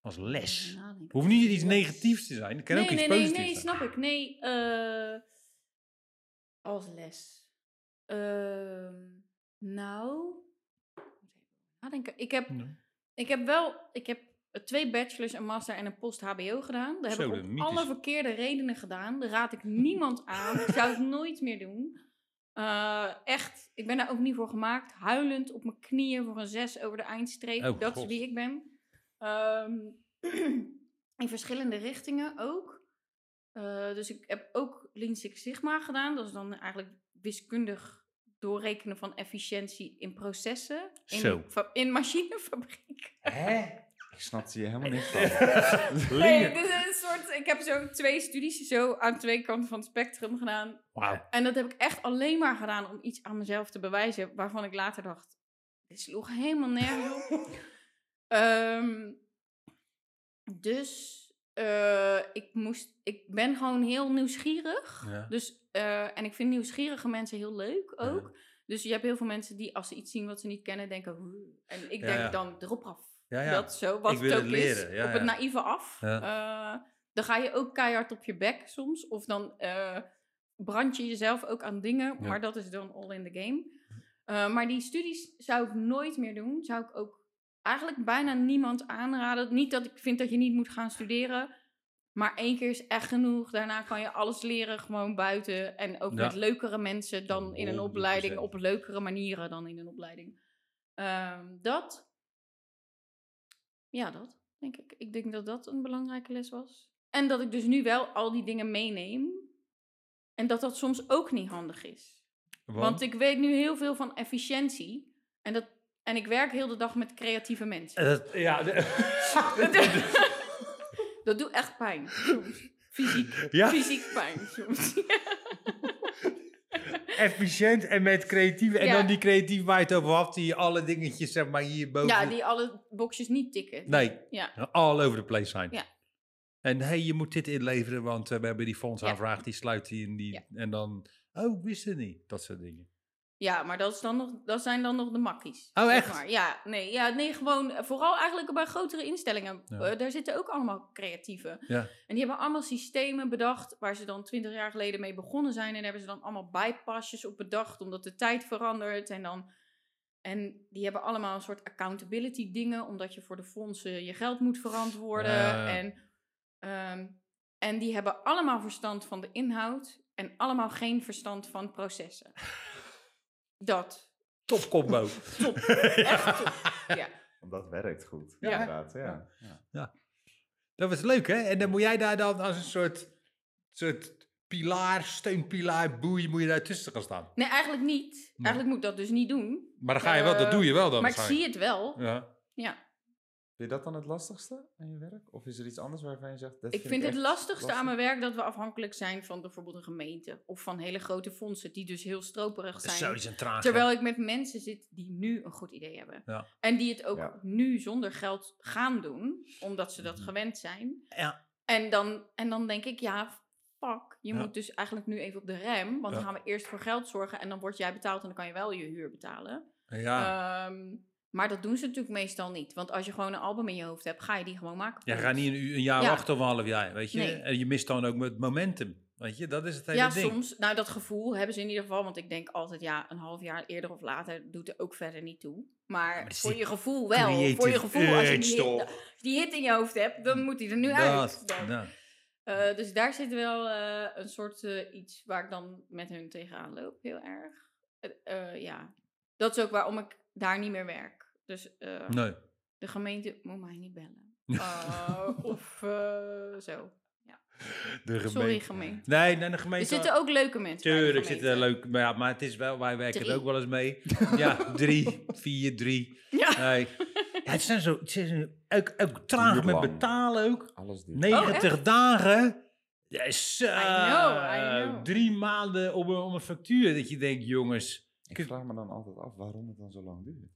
als les.
even nadenken.
Hoeft niet iets negatiefs te zijn, het kan
Nou, nee,
ook iets
nee, nee,
positiefs
nee,
zijn.
snap ik. Nee, eh, als les. Ehm, nou, nadenken. Ik heb,
Ja.
ik heb wel, ik heb twee bachelors, een master en een post-HBO gedaan. Dat heb
Zo,
ik
de
op
mythes.
alle verkeerde redenen gedaan. Daar raad ik niemand aan. ik zou het nooit meer doen. Eh, echt, ik ben daar ook niet voor gemaakt. Huilend op mijn knieën voor een zes over de eindstreep.
Oh,
dat
God.
is wie ik ben. Ehm, in verschillende richtingen ook. Eh, dus ik heb ook Lean Six Sigma gedaan. Dat is dan eigenlijk wiskundig doorrekenen van efficiëntie in processen. In,
Zo.
fa- in machinefabriek.
Hè?
Ik snap hier helemaal niks van.
Nee, dit is een soort, ik heb zo twee studies zo aan twee kanten van het spectrum gedaan.
Wauw.
En dat heb ik echt alleen maar gedaan om iets aan mezelf te bewijzen. Waarvan ik later dacht, dit sloeg helemaal nergens op. Ehm, dus eh, ik, moest, ik ben gewoon heel nieuwsgierig.
Ja.
Dus, eh, en ik vind nieuwsgierige mensen heel leuk ook. Dus je hebt heel veel mensen die als ze iets zien wat ze niet kennen, denken... "Oeh." En ik
Ja,
denk
ja.
dan erop af.
Ja, ja.
Dat zo, wat
Ik wil
het ook
het leren,
is.
ja,
op het
ja.
naïeve af.
Ja.
Eh, dan ga je ook keihard op je bek soms. Of dan eh, brand je jezelf ook aan dingen.
Ja. Hm.
Maar dat is dan all in the game. Eh, maar die studies zou ik nooit meer doen. Zou ik ook eigenlijk bijna niemand aanraden. Niet dat ik vind dat je niet moet gaan studeren. Maar één keer is echt genoeg. Daarna kan je alles leren gewoon buiten. En ook
Ja.
met leukere mensen dan in een
100%.
opleiding. Op leukere manieren dan in een opleiding. Ehm, dat. Ja, dat denk ik. Ik denk dat dat een belangrijke les was. En dat ik dus nu wel al die dingen meeneem. En dat dat soms ook niet handig is. Want ik weet nu heel veel van efficiëntie. En, dat, en ik werk heel de dag met creatieve mensen.
eh, Dat, ja,
Dat
de-
doet, dat doet echt pijn soms. Fysiek.
Ja?
Fysiek pijn soms.
efficiënt en met creatieve. En
Ja.
dan die creatief waar je het over had, die alle dingetjes zeg maar hierboven.
ja, die alle boxjes niet tikken.
Nee,
Ja.
all over the place zijn.
Ja.
En hé, hey, je moet dit inleveren, want eh, we hebben die fondsaanvraag, die sluit die in die...
Ja.
En dan, oh, ik wist het niet. Dat soort dingen.
Ja, maar dat, is dan nog, dat zijn dan nog de makkies.
Oh,
zeg
echt?
maar. Ja, nee, ja, nee, gewoon eh, vooral eigenlijk bij grotere instellingen.
Ja.
Eh, daar zitten ook allemaal creatieven.
Ja.
En die hebben allemaal systemen bedacht waar ze dan twintig jaar geleden mee begonnen zijn. En hebben ze dan allemaal bypassjes op bedacht, omdat de tijd verandert. En, dan, en die hebben allemaal een soort accountability dingen, omdat je voor de fondsen je geld moet verantwoorden.
Ja.
En, ehm, en die hebben allemaal verstand van de inhoud en allemaal geen verstand van processen. Dat.
Top combo.
Top. Echt top. Ja.
Want dat werkt goed,
Ja.
inderdaad. Ja.
Ja. Dat was leuk, hè? En dan moet jij daar dan als een soort, soort pilaar, steunpilaar, boei, moet je daar tussen gaan staan.
Nee, eigenlijk niet. Eigenlijk moet ik dat dus niet doen.
Maar dan ga je wel, dat
Eh,
doe je wel dan
maar ik zie
waarschijnlijk.
het wel.
Ja.
Ja.
Vind je dat dan het lastigste aan je werk? Of is er iets anders waarvan je zegt... Dat
Ik vind het lastigste aan mijn werk dat we afhankelijk zijn van bijvoorbeeld een gemeente. Of van hele grote fondsen die dus heel stroperig zijn.
Zo is een traag.
Terwijl ik met mensen zit die nu een goed idee hebben.
Ja.
En die het ook
Ja.
nu zonder geld gaan doen. Omdat ze dat
Mhm.
gewend zijn.
Ja.
En, dan, en dan denk ik, ja, fuck. Je
Ja.
moet dus eigenlijk nu even op de rem. Want dan
Ja.
gaan we eerst voor geld zorgen. En dan word jij betaald en dan kan je wel je huur betalen.
Ja.
Ehm, maar dat doen ze natuurlijk meestal niet. Want als je gewoon een album in je hoofd hebt, ga je die gewoon maken.
ja, ga niet een, uur- een jaar
Ja.
wachten of een half jaar, weet je.
Nee.
En je mist dan ook het momentum, weet je. Dat is het hele
Ja,
ding.
soms. Nou, dat gevoel hebben ze in ieder geval. Want ik denk altijd, ja, een half jaar eerder of later doet er ook verder niet toe. Maar,
het is
voor
die
je gevoel wel. Voor je
creative
gevoel, als je
urge,
die hit,
toch?
als je die hit in je hoofd hebt, dan moet die er nu uit.
Dat,
Dan.
ja.
Eh, dus daar zit wel eh, een soort eh, iets waar ik dan met hun tegenaan loop, heel erg. Eh, eh, ja, dat is ook waarom ik daar niet meer werk. Dus eh,
Nee.
de gemeente moet mij niet bellen. Eh, of eh, zo.
De
Sorry, gemeente.
Nee, nee, de
Er
gemeente...
zitten ook leuke mensen. bij de
Tuurlijk zit
gemeente.
er leuk, maar, ja, maar het is wel, wij werken
Drie.
er ook wel eens mee. Ja, drie, vier, drie.
Ja.
Nee. Ja, het zijn zo, het zijn zo- ook, ook traag met
Uurlang.
betalen ook.
Alles duurt.
90 dagen. Ja, is, eh,
Oh, I know, I know.
Drie maanden om, een- om een factuur dat je denkt,
Oh
jongens.
Ik vraag me dan altijd af waarom het dan zo lang duurt.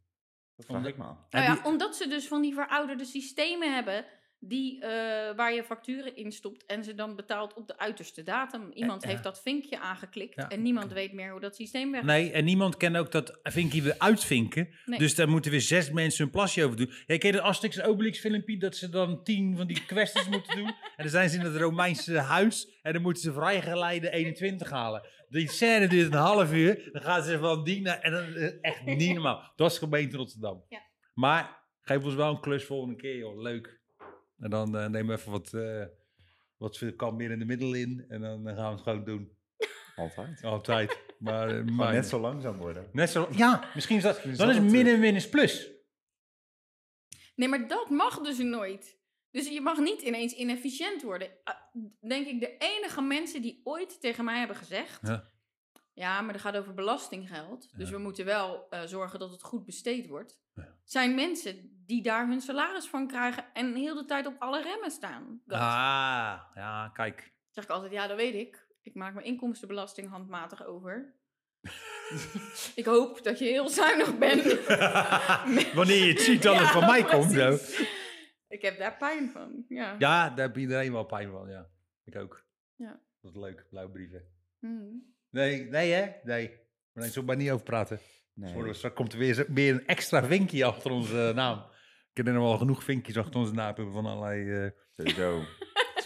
Dat vraag
Omdat-
ik me af.
Nou
heb
ja,
je-
omdat ze dus van die verouderde systemen hebben. Die, eh, waar je facturen in stopt en ze dan betaalt op de uiterste datum. Iemand
Eh,
heeft dat vinkje aangeklikt
Ja.
en niemand weet meer hoe dat systeem werkt.
Nee, en niemand kan ook dat vinkje weer uitvinken.
Nee.
Dus daar moeten weer zes mensen hun plasje over doen. Ja, ken je dat Asterix en Obelix filmpje dat ze dan tien van die kwesties moeten doen? En dan zijn ze in het Romeinse huis en dan moeten ze vrijgeleide 21 halen. Die scène duurt een half uur. Dan gaan ze van die naar... En dan, eh, echt niet normaal. Dat is gemeente Rotterdam.
Ja.
Maar geef ons wel een klus volgende keer, joh. Leuk. En dan eh, neem even wat... eh wat kan meer in de middel in. En dan eh, gaan we het gewoon doen.
Altijd.
Altijd. Maar, eh,
Maar
maar
net zo langzaam worden.
Net zo, ja, misschien is dat.
Misschien is
Dan
dat
is
het,
min
eh.
en min is plus.
Nee, maar dat mag dus nooit. Dus je mag niet ineens inefficiënt worden. Ah, denk ik, de enige mensen die ooit tegen mij hebben gezegd.
Ja.
Ja, maar dat gaat over belastinggeld. Dus
Ja.
we moeten wel eh, zorgen dat het goed besteed wordt. Zijn mensen die daar hun salaris van krijgen en heel de tijd op alle remmen staan. Dat
Ah, ja, kijk.
zeg ik altijd, ja, dat weet ik. Ik maak mijn inkomstenbelasting handmatig over. ik hoop dat je heel zuinig bent.
Wanneer je het ziet dat het
Ja,
van mij komt. Zo.
precies. Ik heb daar pijn van. Ja.
Ja, daar heb iedereen wel pijn van, ja. Ik ook.
Ja.
Dat is leuk, blauw brieven.
Hmm.
Nee, nee hè? Nee. Maar daar zullen we maar niet over praten.
Nee.
Sorry, straks komt er weer, zo- weer een extra vinkje achter onze eh, naam. Ik ken er nog wel genoeg vinkjes achter onze naam hebben van allerlei eh
Sowieso. Sowieso.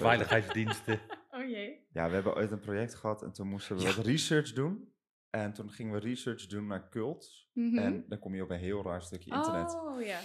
veiligheidsdiensten.
Oh jee.
Ja, we hebben ooit een project gehad en toen moesten we
Ja.
wat research doen. En toen gingen we research doen naar cults.
Mhm.
En dan kom je op een heel raar stukje internet.
Oh ja.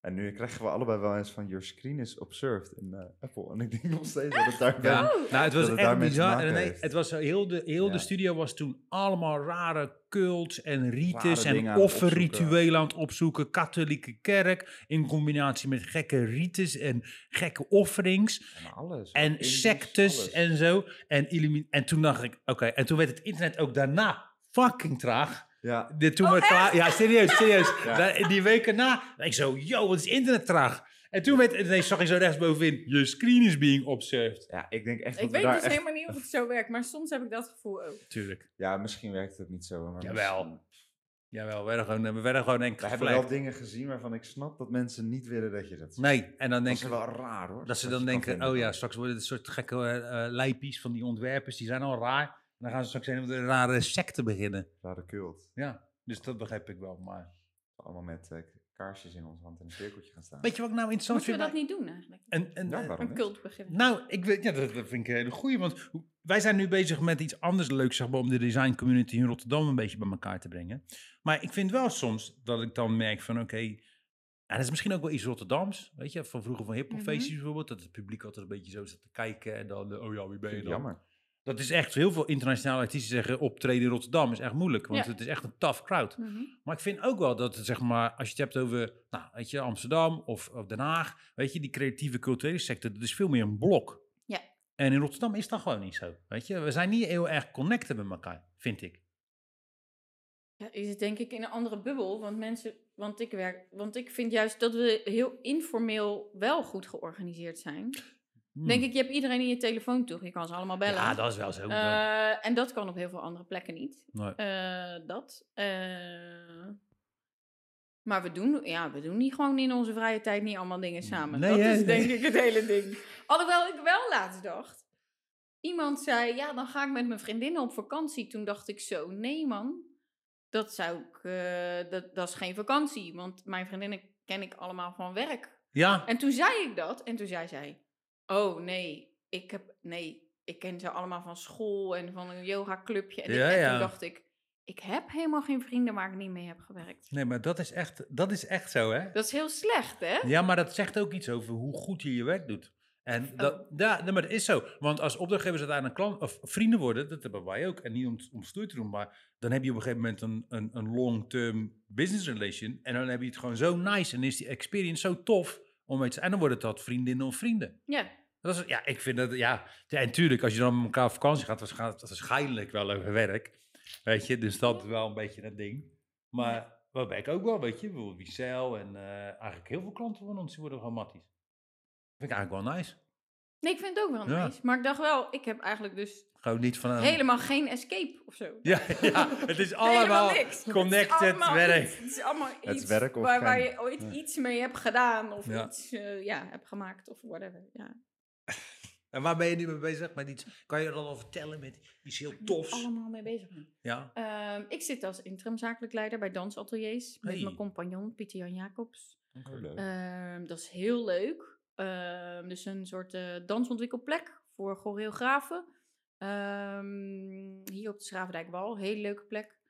En nu krijgen we allebei wel eens van your screen is observed in eh, Apple. En ik denk nog steeds dat het daar
Ja,
ben.
nou, het was
Dat het
echt
daarmee te
bizar.
maken
En nee,
heeft.
het was heel de, heel de
Ja.
studio was toen allemaal rare cults en rites
Rare dingen aan
en
het
offerrituelen aan het opzoeken. Katholieke kerk in combinatie met gekke rites en gekke offerings
En alles.
en
Indisch,
sectes
alles.
en zo. En, illumi- en toen dacht ik, oké, en toen werd het internet ook daarna fucking traag.
Ja,
De, toen werd klaar, ja, serieus, serieus.
Ja.
Da- Die weken na, ik zo, yo, wat is internet traag? En toen werd, ineens zag ik zo rechtsbovenin, je screen is being observed.
ja, ik denk echt
Ik
dat we
weet
daar
dus
echt-
helemaal niet of het zo werkt, maar soms heb ik dat gevoel ook.
Tuurlijk.
Ja, misschien werkt het niet zo. Maar
Jawel.
misschien-
Jawel, we werden gewoon, eh, we werden gewoon
We
enkel
hebben wel
gevlekt.
dingen gezien waarvan ik snap dat mensen niet willen dat je dat ziet.
Nee, en dan
dat
denk
is
ik...
wel raar hoor.
Dat ze
je
dan
kan
denken,
vinden.
oh ja, straks worden dit soort gekke eh, eh, lijpies van die ontwerpers, die zijn al raar. En dan gaan ze straks een of andere rare secte beginnen.
Rare cult.
Ja, dus dat begrijp ik wel. Maar
Allemaal met eh, kaarsjes in onze hand in een cirkeltje gaan staan.
weet je wat ik nou interessant
Moeten we
vind? eh,
dat niet doen eigenlijk?
En, en,
ja, waarom
Een
niet?
cult beginnen.
nou, ik weet, ja, dat, dat vind ik een hele goeie, want hoe- wij zijn nu bezig met iets anders leuks, zeg maar, om de design community in Rotterdam een beetje bij elkaar te brengen. Maar ik vind wel soms dat ik dan merk van, oké, en dat is misschien ook wel iets Rotterdams, weet je, van vroeger van hiphopfeestjes
Mhm.
bijvoorbeeld, dat het publiek altijd een beetje zo zat te kijken en dan, eh, oh ja, wie ben
Vind
je dan?
ik jammer.
Dat is echt, heel veel internationale artiesten zeggen optreden in Rotterdam is echt moeilijk, want
Ja.
het is echt een tough crowd.
Mhm.
Maar ik vind ook wel dat, het, zeg maar, als je het hebt over, nou, weet je, Amsterdam of, of Den Haag, weet je, die creatieve culturele sector, dat is veel meer een blok.
Ja.
En in Rotterdam is dat gewoon niet zo, weet je. We zijn niet heel erg connected met elkaar, vind ik.
Ja, je zit denk ik in een andere bubbel, want mensen, want ik werk, want ik vind juist dat we heel informeel wel goed georganiseerd zijn.
Hmm.
Denk ik, je hebt iedereen in je telefoon toch? Je kan ze allemaal bellen.
Ja, dat is wel zo. dan.
Eh, en dat kan op heel veel andere plekken niet.
Nee.
Eh, dat. eh, maar we doen, ja, we doen niet gewoon in onze vrije tijd niet allemaal dingen samen.
Nee,
dat
hè?
is denk ik het hele ding. Alhoewel ik wel laatst dacht. Iemand zei, ja, dan ga ik met mijn vriendinnen op vakantie. Toen dacht ik zo, nee man, dat zou ik, eh, dat, dat is geen vakantie. Want mijn vriendinnen ken ik allemaal van werk.
Ja,
En toen zei ik dat. En toen zei zij: Oh nee, ik heb. Nee, ik ken ze allemaal van school en van een yogaclubje. En, dit-
Ja,
en
ja.
toen dacht ik: Ik heb helemaal geen vrienden waar ik niet mee heb gewerkt.
nee, maar dat is echt, dat is echt zo, hè.
Dat is heel slecht, hè?
Ja, maar dat zegt ook iets over hoe goed je je werk doet. En dat, ja, nee, maar dat is zo. Want als opdrachtgevers uiteindelijk klant, of vrienden worden, dat hebben wij ook. En niet om, om stoer te doen, maar dan heb je op een gegeven moment een, een, een long-term business relation. En dan heb je het gewoon zo nice en is die experience zo tof. Om mee te- en dan wordt het dat vriendinnen of vrienden.
Ja.
Dat is, ja, ik vind dat, ja. Ja, En tuurlijk, als je dan met elkaar op vakantie gaat, dat gaat het waarschijnlijk wel over werk. Weet je, dus dat is wel een beetje dat ding. Maar wat ben ik ook wel, weet je, bijvoorbeeld Wicel en eh, eigenlijk heel veel klanten van ons, die worden gewoon matties. Vind ik eigenlijk wel nice.
Nee, ik vind het ook wel
Ja.
nice. Maar ik dacht wel, ik heb eigenlijk dus
Gewoon niet van een...
helemaal geen escape of zo.
Ja, ja, het is
Helemaal
allemaal
niks. Het is
connected
allemaal
werk.
iets- het is allemaal iets
Het werk of
waar, waar
geen-
je ooit
Ja.
iets mee hebt gedaan of
Ja.
iets eh, ja, hebt gemaakt of whatever. Ja.
En waar ben je nu mee bezig? Met iets, kan je er dan al vertellen met iets heel tofs?
Allemaal mee bezig ben.
Ja.
Ehm, ik zit als interim zakelijk leider bij dansateliers
Hey.
met mijn compagnon Pieter Jan Jacobs.
Oh, leuk.
Ehm, dat is heel leuk. Ehm, dus een soort eh, dansontwikkelplek voor choreografen. Ehm, hier op de Schravendijkwal, hele leuke plek.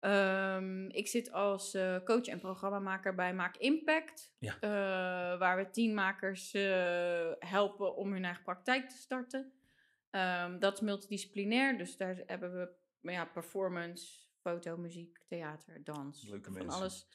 Ehm, ik zit als eh, coach en programmamaker bij Maak Impact.
Ja.
Eh, waar we teenmakers eh, helpen om hun eigen praktijk te starten. Ehm, dat is multidisciplinair, dus daar hebben we maar ja, performance, foto, muziek, theater, dans.
Leuke
van
mensen.
alles.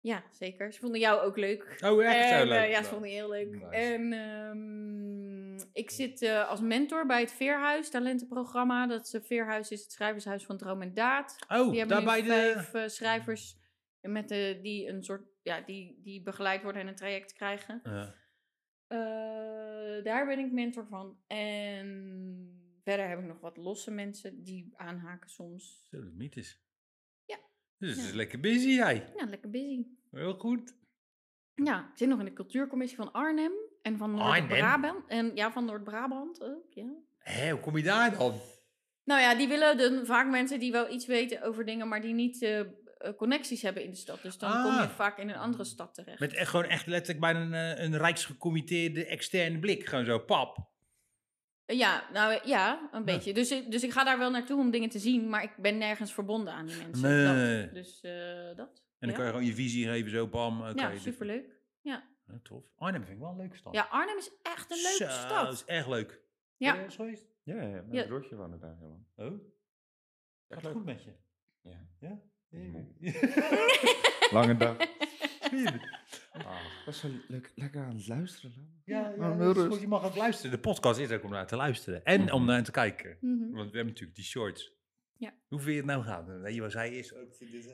Ja, zeker. Ze vonden jou ook leuk.
Oh, echt
En,
zo
eh,
leuk.
ja, ze vonden je heel leuk.
Nice.
En ehm, ik zit eh, als mentor bij het Veerhuis talentenprogramma. Dat is, eh, Veerhuis is het schrijvershuis van Droom en Daad. Die
Oh,
hebben
daar
nu
bij de... Hmm.
vijf eh, schrijvers met, eh, die, een soort, ja, die, die begeleid worden en een traject krijgen.
Ja.
Eh, daar ben ik mentor van. En verder heb ik nog wat losse mensen die aanhaken soms.
Zo, dat mythisch.
Ja.
Dus het
Ja.
is lekker busy, jij.
Ja, lekker busy.
Heel goed.
Ja, ik zit nog in de cultuurcommissie van Arnhem en van
Arnhem?
Noord-Brabant. En ja, van Noord-Brabant ook, ja.
Hé, hoe kom je daar dan?
Nou ja, die willen dan vaak mensen die wel iets weten over dingen, maar die niet eh, eh, connecties hebben in de stad. Dus dan kom je
Ah.
vaak in een andere stad terecht.
Met echt, gewoon echt letterlijk bij een, eh, een rijksgecommitteerde externe blik. Gewoon zo, pap.
Eh, Ja, nou eh, ja, een beetje. Dus, ik- dus ik ga daar wel naartoe om dingen te zien, maar ik ben nergens verbonden aan die mensen.
Nee.
Dat. Dus eh, dat.
En dan kan
ja.
je gewoon je visie geven, zo, bam. oké, dus-
ja,
dit-
superleuk.
Ja, tof. Arnhem vind ik wel een leuke stad.
Ja, Arnhem is echt een leuke
Zo,
stad.
dat is echt leuk.
Ja.
Ben je er eens geweest?
Ja, ja, mijn
Ja.
broertje woonde daar helemaal.
Oh, gaat het goed met je?
Ja.
Ja?
Moe.
Ja.
Lange dag. Ah, was zo leuk, lekker aan het luisteren. Lau.
Ja,
maar
ja,
heel
dat is
rust.
goed. je mag ook luisteren. De podcast is ook om naar te luisteren. En om naar te kijken.
Mhm.
Want we hebben natuurlijk die shorts.
Ja.
Hoe vind je het nou gaan? Weet je, was hij is ook...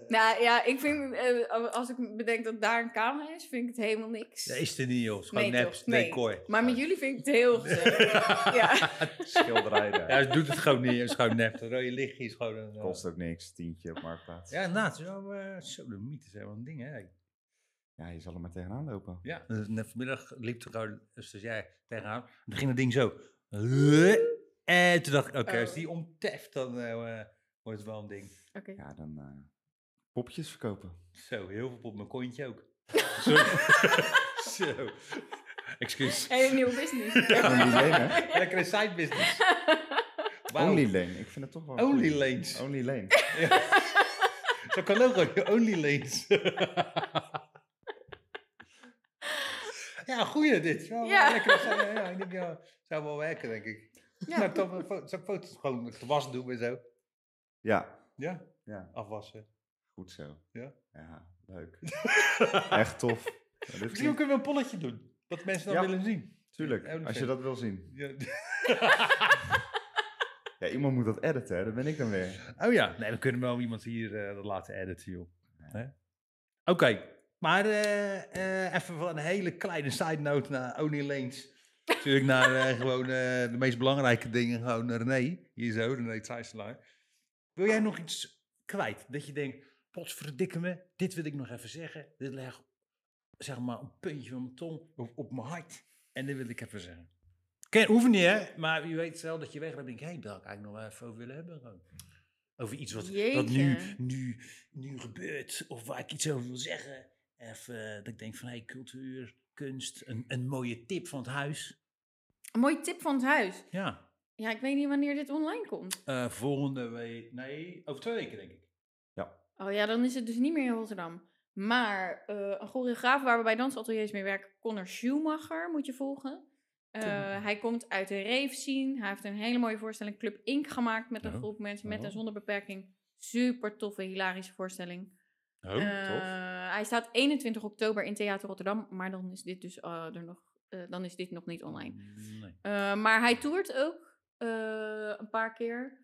Nou ja, ik vind, eh, als ik bedenk dat daar een camera is, vind ik het helemaal niks.
Dat is er niet, joh. Het is gewoon
Nee,
nep,
toch? Nee.
decoy.
Maar met jullie vind ik het heel gezellig. ja.
Schilderijen.
Ja, hij doet het gewoon niet. Het is gewoon nep. Het rode lichtje is gewoon een... eh,
Kost ook niks, tientje op marktplaats. Ja,
Ja, inderdaad. Zo, eh zo de mythe zijn wel een ding, hè.
je zal er maar tegenaan lopen.
Ja, dus net vanmiddag liep er gewoon dus jij tegenaan. En toen ging dat ding zo. En toen dacht ik, oké,
Oh.
als die omteft, dan eh, eh, wordt het wel een ding.
Oké.
Ja, dan eh, popjes verkopen.
Zo, heel veel op mijn kontje ook. Sorry. zo. Excuus.
Hele nieuwe business.
Only Lane, hè?
Lekker een side business. Wauw.
Only Lane. Ik vind het toch wel... een
Only
goeie.
lanes.
Only Lane.
Zo kan ook gewoon, only lanes. ja, goeie dit. Zo,
Ja.
Lekker, zo, ja, ik denk, ja, zou wel werken, denk ik.
Ja.
Nou, toch, een fo- zou foto's gewoon met gewas doen en zo.
Ja,
Ja,
ja.
afwassen.
Goed zo.
Ja.
Ja, leuk. Echt tof. Ja, dit
Misschien
klinkt-
kunnen we een polletje doen. Dat mensen dat
Ja.
willen zien.
Tuurlijk, als je dat wil zien.
Ja.
Ja, iemand moet dat editen, hè? Dat ben ik dan weer.
Oh ja, nee, we kunnen wel iemand hier eh, dat laten editen, joh. Hè? Oké, maar eh, eh, even van een hele kleine side note naar Only Lanes. Natuurlijk naar eh, gewoon eh, de meest belangrijke dingen, gewoon naar René. Hier zo, René Trijselaar. Wil jij nog iets kwijt? Dat je denkt, potverdikke me, dit wil ik nog even zeggen. Dit leg, zeg maar, een puntje van mijn tong op, op mijn hart. En dit wil ik even zeggen. Ken, hoeft niet, hè? Maar je weet wel dat je weg bent. denk ik, hey, daar kan ik nog wel even over willen hebben. gewoon. Over iets wat, wat nu,
Jeetje.
nu, nu gebeurt. Of waar ik iets over wil zeggen. Even eh, dat ik denk van, hey, cultuur, kunst. Een, een mooie tip van het huis.
Een mooie tip van het huis.
Ja.
Ja, ik weet niet wanneer dit online komt.
Eh, volgende week, nee, over twee weken denk ik.
Oh ja, dan is het dus niet meer in Rotterdam. Maar eh, een choreograaf waar we bij dansateliers mee werken, Connor Schumacher, moet je volgen. Eh, hij komt uit de Reef zien. Hij heeft een hele mooie voorstelling Club Ink gemaakt met een
Oh.
groep mensen met
Oh.
en zonder beperking. Super toffe, hilarische voorstelling.
Oh,
Eh, hij staat 21 oktober in Theater Rotterdam, maar dan is dit dus eh, er nog, eh, dan is dit nog niet online.
Nee.
Eh, maar hij toert ook eh, een paar keer.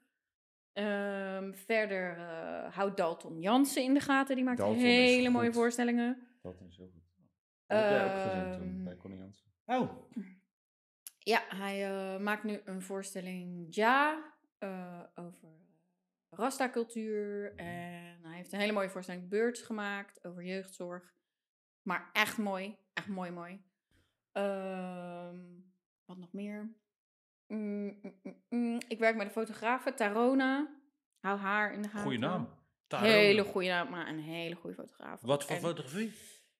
Ehm, verder eh houdt Dalton Jansen in de gaten. Die maakt
Dalton is
hele mooie
goed.
voorstellingen.
Dat is heel goed. Dat heb jij ook gezien toen,
Ehm,
bij Connie Jansen.
Oh,
Ja, hij eh, maakt nu een voorstelling Ja eh, over Rasta-cultuur.
Mhm.
En hij heeft een hele mooie voorstelling Beurts gemaakt over jeugdzorg. Maar echt mooi. Echt mooi, mooi. Ehm, wat nog meer? Mm, mm, mm, mm. Ik werk met een fotografe, Tarona. Hou haar in de gaten.
goede naam.
Hele goede naam, maar een hele goede fotograaf.
Wat voor
En-
fotografie?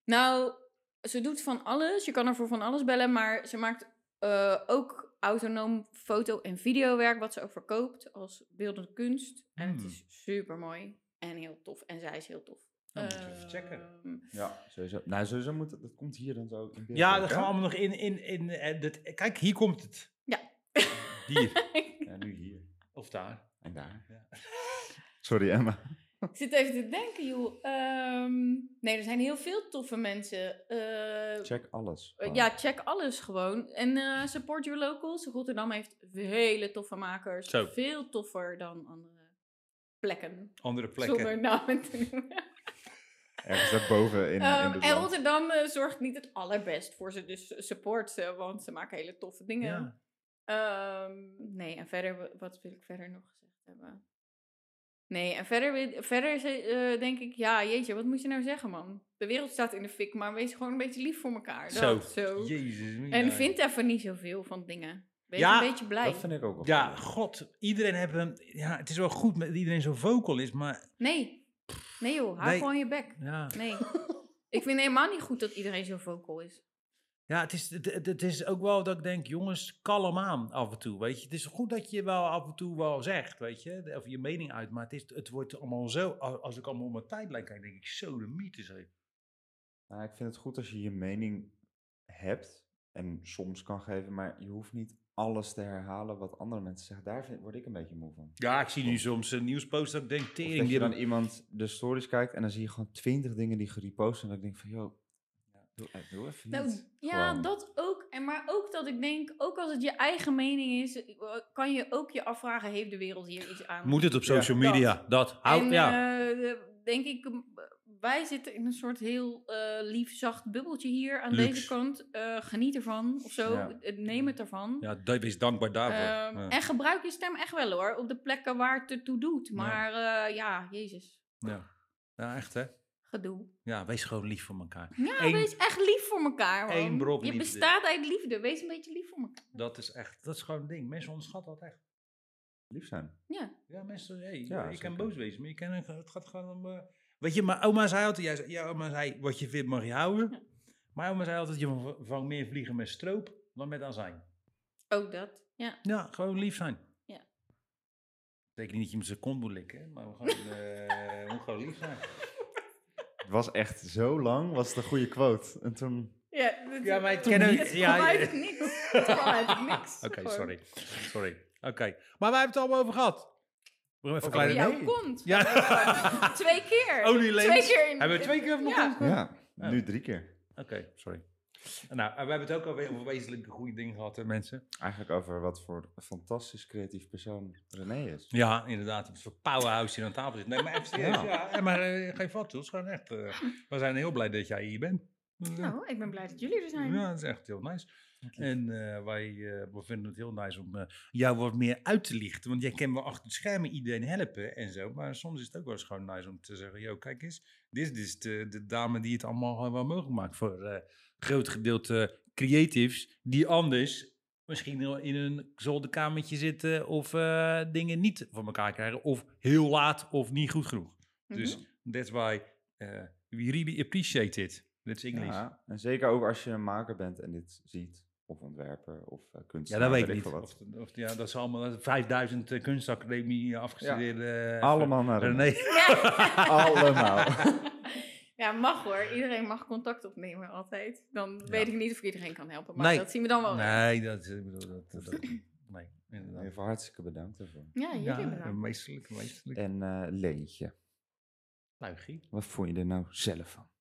nou, ze doet van alles. Je kan haar voor van alles bellen, maar ze maakt eh, ook autonoom foto- en videowerk, wat ze ook verkoopt als beeldende kunst. En het
Hmm.
is super mooi en heel tof. En zij is heel tof.
Dan moeten we even checken.
Ehm,
Ja, sowieso. Nou, sowieso moet dat, dat komt hier dan zo in beeld.
Ja,
ook,
dat
hè?
gaan we allemaal nog in. in, in eh, dat, kijk, hier komt het.
Ja.
Hier.
Ja, nu hier.
Of daar.
En daar.
Ja.
Sorry, Emma.
ik zit even te denken, joh. Ehm, nee, er zijn heel veel toffe mensen. Eh,
Check alles. Oh.
Eh, ja, check alles gewoon. En eh, support your locals. Rotterdam heeft hele toffe makers.
Zo.
Veel toffer dan andere plekken.
Andere plekken.
Zonder namen te noemen.
Ergens daarboven in,
Ehm,
in de
en
land.
Rotterdam eh, zorgt niet het allerbest voor ze. Dus support ze, want ze maken hele toffe dingen.
Ja.
Ehm, nee, en verder, wa- wat wil ik verder nog gezegd hebben? Nee, en verder, wil- verder is, eh, eh, denk ik, ja, jeetje, wat moet je nou zeggen, man? De wereld staat in de fik, maar wees gewoon een beetje lief voor elkaar.
Zo.
Dat, zo.
Jezus. mina.
En vindt even niet zoveel van dingen. Wees
Ja,
een beetje blij.
Dat vind ik ook wel
Ja,
goed.
god. Iedereen heeft een... Ja, het is wel goed met- dat iedereen zo vocal is, maar...
Nee. Nee joh, hou
Nee.
gewoon je bek.
Ja,
Nee. ik vind helemaal niet goed dat iedereen zo vocal is.
ja het, is, het, het- het is ook wel dat ik denk, jongens, kalm aan af en toe, weet je. Het is goed dat je wel af en toe wel zegt, weet je. de- Of je mening uit, maar het, is, het wordt allemaal zo... a- Als ik allemaal op mijn tijdlijn kijk, denk ik, zo de mythes, hé.
Nou, ik vind het goed als je je mening hebt en soms kan geven, maar je hoeft niet alles te herhalen wat andere mensen zeggen. Daar vind, word ik een beetje moe van.
Ja, ik zie nu soms een nieuwspost dat ik denk,
Of
tering,
dat
die
je dan
hebben-
iemand de stories kijkt en dan zie je gewoon twintig dingen die gerepost zijn. En dan denk ik van, joh, Doe, eh, doe even
Nou,
niet.
ja,
Gewoon.
dat ook. En maar ook dat ik denk, ook als het je eigen mening is, eh, kan je ook je afvragen, heeft de wereld hier iets aan?
Moet het op
Ja.
social media? Dat. Houd,
en,
ja.
eh, denk ik, m, wij zitten in een soort heel eh, lief, zacht bubbeltje hier aan
Luxe.
deze kant. Eh, geniet ervan, of zo.
Ja.
Eh, Neem het ervan.
ja, da- wees dankbaar daarvoor.
Ehm,
Ja.
En gebruik je stem echt wel hoor, op de plekken waar het ertoe doet. Maar eh, ja, jezus,
ja. ja, echt hè?
gedoe.
Ja, wees gewoon lief voor elkaar.
Ja,
Eén-
wees echt lief voor elkaar man.
één brok
Je
liefde.
bestaat uit liefde, wees een beetje lief voor elkaar.
Dat is echt, dat is gewoon een ding. Mensen onderschatten dat echt.
Lief zijn.
Ja, mensen, hey,
Ja,
je
zeker.
kan boos wezen, maar je kan, het gaat gewoon om... eh, weet je, mijn oma zei altijd, jij zei, ja, oma zei, wat je vindt mag je houden.
Ja.
Mijn oma zei altijd, je vangt meer vliegen met stroop dan met azijn.
Ook Oh, dat, ja.
Ja, gewoon lief zijn.
Ja.
Betekent niet dat je hem zijn kont moet likken, hè, maar we gewoon, eh, we moeten gewoon lief zijn.
Het was echt zo lang, was het een goede quote. En toen...
Ja, dat,
Ja, maar ik
het,
ken ook-
het
ja,
kwam
ja.
uit niks. Het kwam uit niks.
Oké,
Gewoon.
sorry. Sorry. Oké. Maar wij hebben het er allemaal over gehad. We gaan even
Over
kleine...
Door
jou.
jouw
Nee.
kont.
Ja.
Twee keer.
Only
Twee
ladies.
keer. in-
Hebben we twee keer op elkaar?
Ja.
Ja,
Ja.
nu drie keer.
Oké, sorry. Nou, en we hebben het ook alweer over wezenlijke goede dingen gehad, hè, mensen?
Eigenlijk over wat voor een fantastisch creatief persoon René is.
Ja, inderdaad. Een soort powerhouse hier aan tafel zit. Nee, maar even serieus,
Ja.
ja. En maar eh, geen fatsoens, gewoon echt. eh, we zijn heel blij dat jij hier bent.
Nou, ik ben blij dat jullie er zijn.
Ja, dat is echt heel nice. En eh, wij eh, we vinden het heel nice om eh, jou wat meer uit te lichten. Want jij kan wel achter de schermen iedereen helpen en zo. Maar soms is het ook wel eens gewoon nice om te zeggen... Yo, kijk eens, dit is de, de dame die het allemaal gewoon wel mogelijk maakt... voor eh groot gedeelte creatives die anders... Misschien wel in een zolderkamertje zitten of eh, dingen niet van elkaar krijgen. Of heel laat of niet goed genoeg.
Mhm.
Dus that's why eh, we really appreciate it. That's English.
Ja, en zeker ook als je een maker bent en dit ziet, of ontwerper, of eh,
Ja,
kunstenaar.
dat weet ik niet.
veel
Of, eh, of, ja, dat is allemaal 5000 eh, kunstacademie afgestudeerde. eh,
Allemaal naar René.
René.
Ja.
Allemaal.
Ja, mag hoor. Iedereen mag contact opnemen altijd. Dan weet ik niet of ik iedereen kan helpen. Maar
Nee.
dat zien we dan wel.
Nee, dat is. ik bedoel, Dat, dat, nee,
In
inderdaad.
ieder geval hartstikke bedankt daarvoor.
Ja, jullie
Ja,
bedankt.
Eh. meesterlijk, meesterlijk.
En eh Leentje,
Luigie.
wat vond je er nou zelf van?